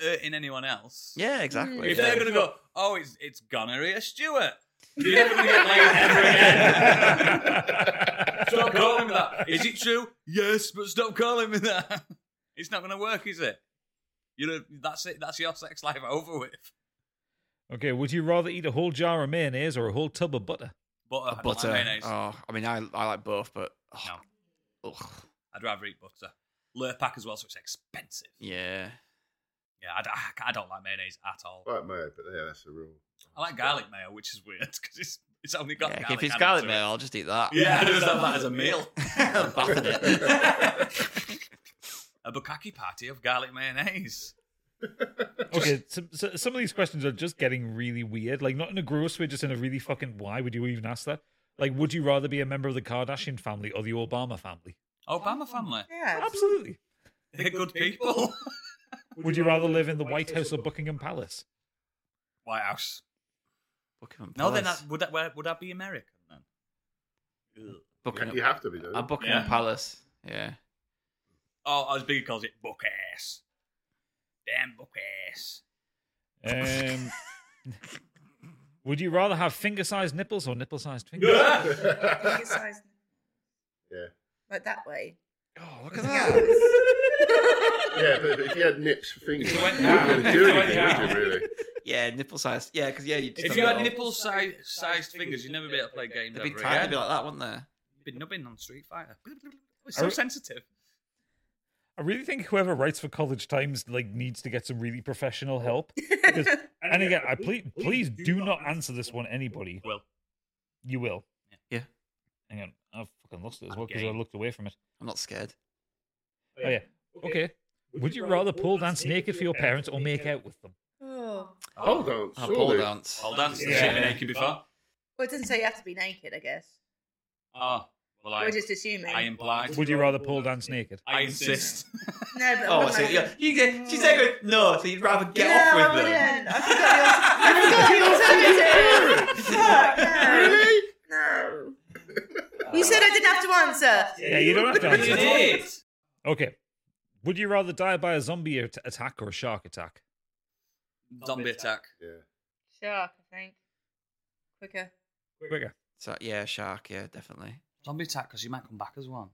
S2: hurting anyone else.
S1: Yeah, exactly.
S2: If
S1: yeah.
S2: they're gonna go, oh, it's it's gonorrhea Stewart. You're never gonna get laid ever again. Stop calling me that. Is it true? Yes, but stop calling me that. It's not going to work, is it? You know, that's it. That's your sex life over with.
S4: Okay, would you rather eat a whole jar of mayonnaise or a whole tub of butter?
S2: Butter, uh, I don't like
S1: butter.
S2: mayonnaise.
S1: Oh, I mean, I, I like both, but oh, ugh,
S2: I'd rather eat butter. Lurpak as well, so it's expensive.
S1: yeah,
S2: Yeah, I, d- I- I don't like mayonnaise at all.
S5: Like mayo, but yeah, that's a real.
S2: I like garlic mayo, which is weird because it's it's only got
S1: yeah,
S2: garlic.
S1: if it's
S2: added
S1: garlic
S2: to it.
S1: mayo, I'll just eat that.
S2: Yeah, I just have that as a meal.
S1: I'm bathing it.
S2: A bukkake party of garlic mayonnaise.
S4: Okay, some, so, some of these questions are just getting really weird. Like, not in a gross way, just in a really fucking why would you even ask that? Like, would you rather be a member of the Kardashian family or the Obama family?
S2: Obama family.
S3: Yeah.
S4: Absolutely.
S2: Oh, They're good people.
S4: Would you rather live in the White House or Buckingham Palace?
S2: White House.
S1: Buckingham
S2: No, then
S1: Palace.
S2: that, would that where- would that be American then?
S1: Buckingham,
S5: You have to be though.
S1: a Buckingham
S2: Yeah.
S1: Palace. Yeah,
S2: Oh, as Biggie calls it, book ass. Damn book ass.
S4: Um, would you rather have finger sized nipples or nipple sized fingers?
S3: Bigger size.
S5: Yeah.
S3: Like that way.
S1: Oh, look at
S5: Yeah, but if you had nips for fingers, you
S2: went
S5: wouldn't really
S2: down.
S5: do
S2: If it went
S5: anything, would you, really?
S1: yeah, nipple size. Yeah, because yeah, you just
S2: If
S1: don't
S2: you had
S1: know.
S2: nipple sized sized fingers, you'd never be able to play games
S1: they'd
S2: ever
S1: be tight. They'd
S2: again.
S1: be like that, wouldn't they?
S2: You'd be nubbing on Street Fighter. It's so
S4: Are-
S2: sensitive.
S4: I really think whoever writes for College Times like needs to get some really professional help. Because, and again, I please, please do not answer this one. Anybody
S2: Will.
S4: you will.
S1: Yeah.
S4: Hang on, I've fucking lost it as
S2: I'm
S4: well because I
S2: game.
S4: looked away from it.
S1: I'm not scared.
S4: Oh yeah. Okay. Would you rather pole dance naked for your parents or make out with them?
S3: Oh.
S5: Hold on,
S1: Oh, pole
S5: surely.
S1: dance.
S2: I'll dance the
S4: Yeah.
S2: shit naked before.
S3: Well, it doesn't say you have to be naked, I guess.
S1: Ah,
S2: Oh, well, I,
S3: We're just assuming.
S2: I implied.
S4: Would you rather pole dance naked?
S2: I insist.
S3: No, but
S1: Oh, I
S3: wouldn't
S1: see. Yeah, you get. She's saying no, so you'd rather get
S3: yeah,
S1: off with
S3: I
S1: them.
S3: wouldn't. I forgot the alter- I
S5: Really?
S3: forgot the alternative. Fuck, no. no. You said I didn't have to answer.
S4: Yeah, you don't have to
S2: You
S4: answer.
S2: did.
S4: Okay. Would you rather die by a zombie at- attack or a shark attack?
S2: Zombie attack.
S5: Yeah.
S3: Shark, I think. Quicker.
S4: Quicker.
S1: So yeah, shark. Yeah, definitely.
S2: Zombie attack because you might come back as one.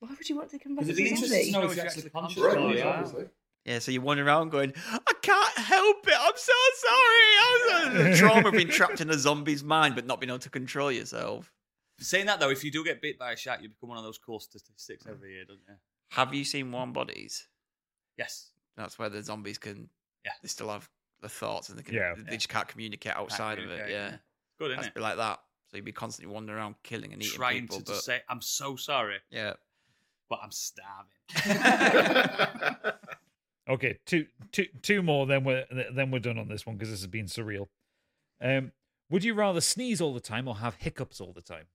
S3: Why would you want to come back to
S2: it'd be interesting to know
S3: zombie?
S2: if you're actually conscious.
S5: Right,
S2: or
S5: yeah,
S2: not.
S5: obviously.
S1: Yeah, so you're wandering around going, I can't help it. I'm so sorry. I'm so... The trauma of being trapped in a zombie's mind but not being able to control yourself.
S2: Saying that though, if you do get bit by a shark, you become one of those cool statistics every year, don't you?
S1: Have you seen Warm Bodies?
S2: Yes.
S1: That's where the zombies can.
S2: Yeah.
S1: They still have the thoughts and they can.
S4: Yeah.
S1: They just can't communicate outside of it.
S2: communicate,
S1: Yeah.
S2: yeah. Good,
S1: That's
S2: isn't
S1: a bit like that. So you'd be constantly wandering around killing and
S2: it?
S1: eating
S2: Trying
S1: people.
S2: to
S1: but
S2: just say, "I'm so sorry,
S1: yeah.
S2: but I'm starving."
S4: Okay, two, two, two more. Then we're then we're done on this one because this has been surreal. Um, would you rather sneeze all the time or have hiccups all the time?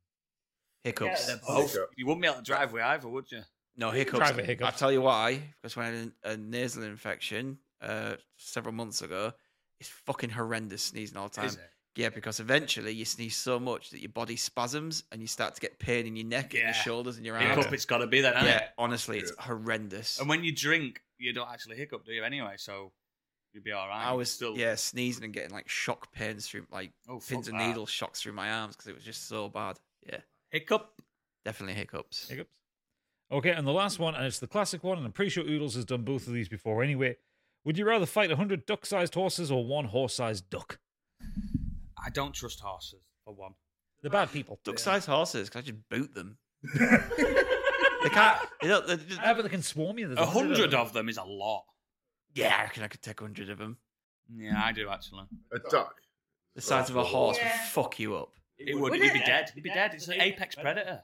S1: Hiccups.
S3: Yeah.
S2: Both. You wouldn't be able to drive with either, would you?
S1: No hiccups.
S4: Private hiccups.
S1: I'll tell you why. Because when I had a nasal infection uh, several months ago, it's fucking horrendous sneezing all the time.
S2: Is it?
S1: Yeah, because eventually you sneeze so much that your body spasms and you start to get pain in your neck and
S2: Yeah.
S1: your shoulders and your
S2: Hiccup,
S1: arms.
S2: it's got to be then, hasn't
S1: Yeah,
S2: it?
S1: honestly, it's horrendous.
S2: And when you drink, you don't actually hiccup, do you? Anyway, so you'd be all right.
S1: I was
S2: still,
S1: yeah sneezing and getting like shock pains through like
S2: Oh, fuck
S1: pins and
S2: that.
S1: needle shocks through my arms because it was just so bad. Yeah,
S2: Hiccup.
S1: definitely hiccups.
S4: Hiccups. Okay, and the last one, and it's the classic one, and I'm pretty sure Oodles has done both of these before anyway. Would you rather fight 100 duck sized horses or one horse sized duck?
S2: I don't trust horses for one.
S4: They're bad people.
S1: Duck-sized horses, 'cause I just boot them. they can't. They don't, they just,
S4: Ah, but they can swarm you. There's
S2: A hundred
S4: them.
S2: of them is a lot.
S1: yeah, I reckon I could take hundred of them.
S2: Yeah, I do actually.
S5: A duck.
S1: The size of a horse
S3: Yeah.
S1: would fuck you up.
S2: It would.
S3: would
S2: He'd
S3: it?
S2: be dead. He'd be dead. It's an apex predator.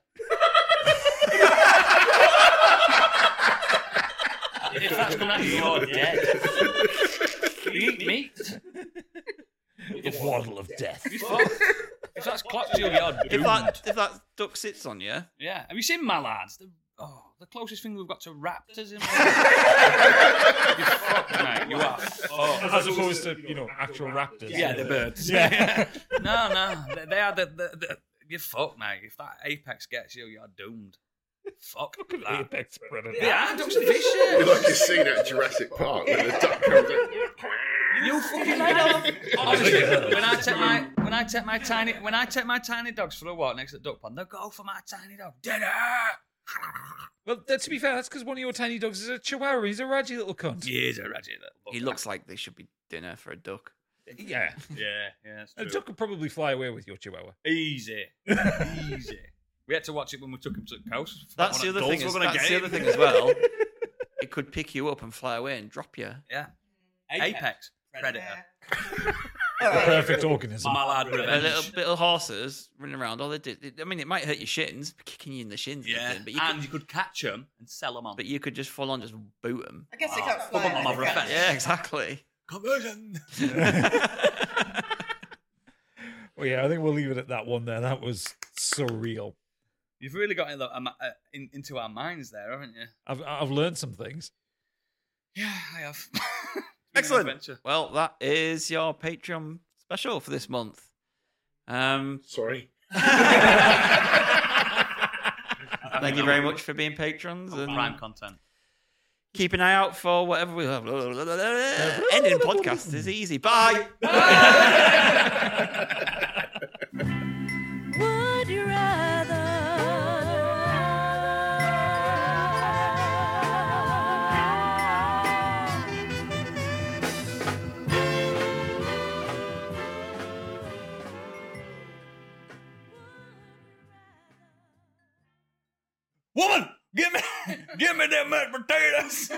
S2: if that's coming at you, you're dead. You eat meat.
S4: The waddle of death.
S2: You fuck. If that's clocked you, you're
S1: If
S2: doomed.
S1: that if that duck sits on you,
S2: Yeah. Have you seen mallards? The, oh, the closest thing we've got to raptors in. you fucked, mate. You are. fucked.
S4: As opposed to, you know, actual raptors.
S2: Yeah, the birds.
S4: Yeah.
S2: No, no, they, they are the, the, the you fuck, mate. If that apex gets you, you're doomed. Fuck that.
S4: Apex predator.
S2: Yeah, ducks are
S5: You
S2: vicious.
S5: like to see that Jurassic Park when the duck comes in.
S2: You You fucking dog. Honestly, when I take my when I take my tiny when I take my tiny dogs for a walk next to the duck pond, they go for my tiny dog. Dinner.
S4: Well, that, to be fair, that's because one of your tiny dogs is a chihuahua. He's a raggy little cunt.
S2: He's a ratchet little.
S1: He
S2: bugger.
S1: looks like they should be dinner for a duck.
S4: Yeah.
S2: Yeah, yeah, that's
S4: A
S2: true.
S4: duck could probably fly away with your chihuahua.
S2: Easy, easy. We had to watch it when we took him to the coast.
S1: That's
S2: One
S1: the
S2: of
S1: other
S2: those
S1: thing.
S2: we're
S1: Is,
S2: gonna
S1: that's
S2: get
S1: the
S2: him.
S1: other thing as well. It could pick you up and fly away and drop you.
S2: Yeah. Apex Predator.
S3: All right.
S4: Perfect organism.
S2: Mallard
S1: A
S2: Revenge.
S1: little little horses running around. All they did, I mean, it might hurt your shins, kicking you in the shins. and
S2: Yeah,
S1: everything, but you
S2: and
S1: could,
S2: you could catch them and sell them on.
S1: but you could just full on just boot them.
S3: I guess I can't
S2: Oh,
S3: fly.
S2: mama,
S3: I can't-
S2: Rebecca.
S1: Yeah, exactly.
S2: Conversion.
S4: Well, yeah, I think we'll leave it at that one there. That was surreal.
S2: You've really got in the, um, uh, in, into our minds there, haven't you?
S4: I've, I've learned some things.
S2: Yeah, I have. It's been an
S1: Excellent.
S2: adventure.
S1: Well, that is your Patreon special for this month. Um,
S5: Sorry.
S1: thank you very much for being patrons
S2: Prime
S1: and
S2: content.
S1: keep an eye out for whatever we have. Ending podcast is easy. Bye.
S8: Would you rather?
S2: Woman, give me, give me them mashed potatoes.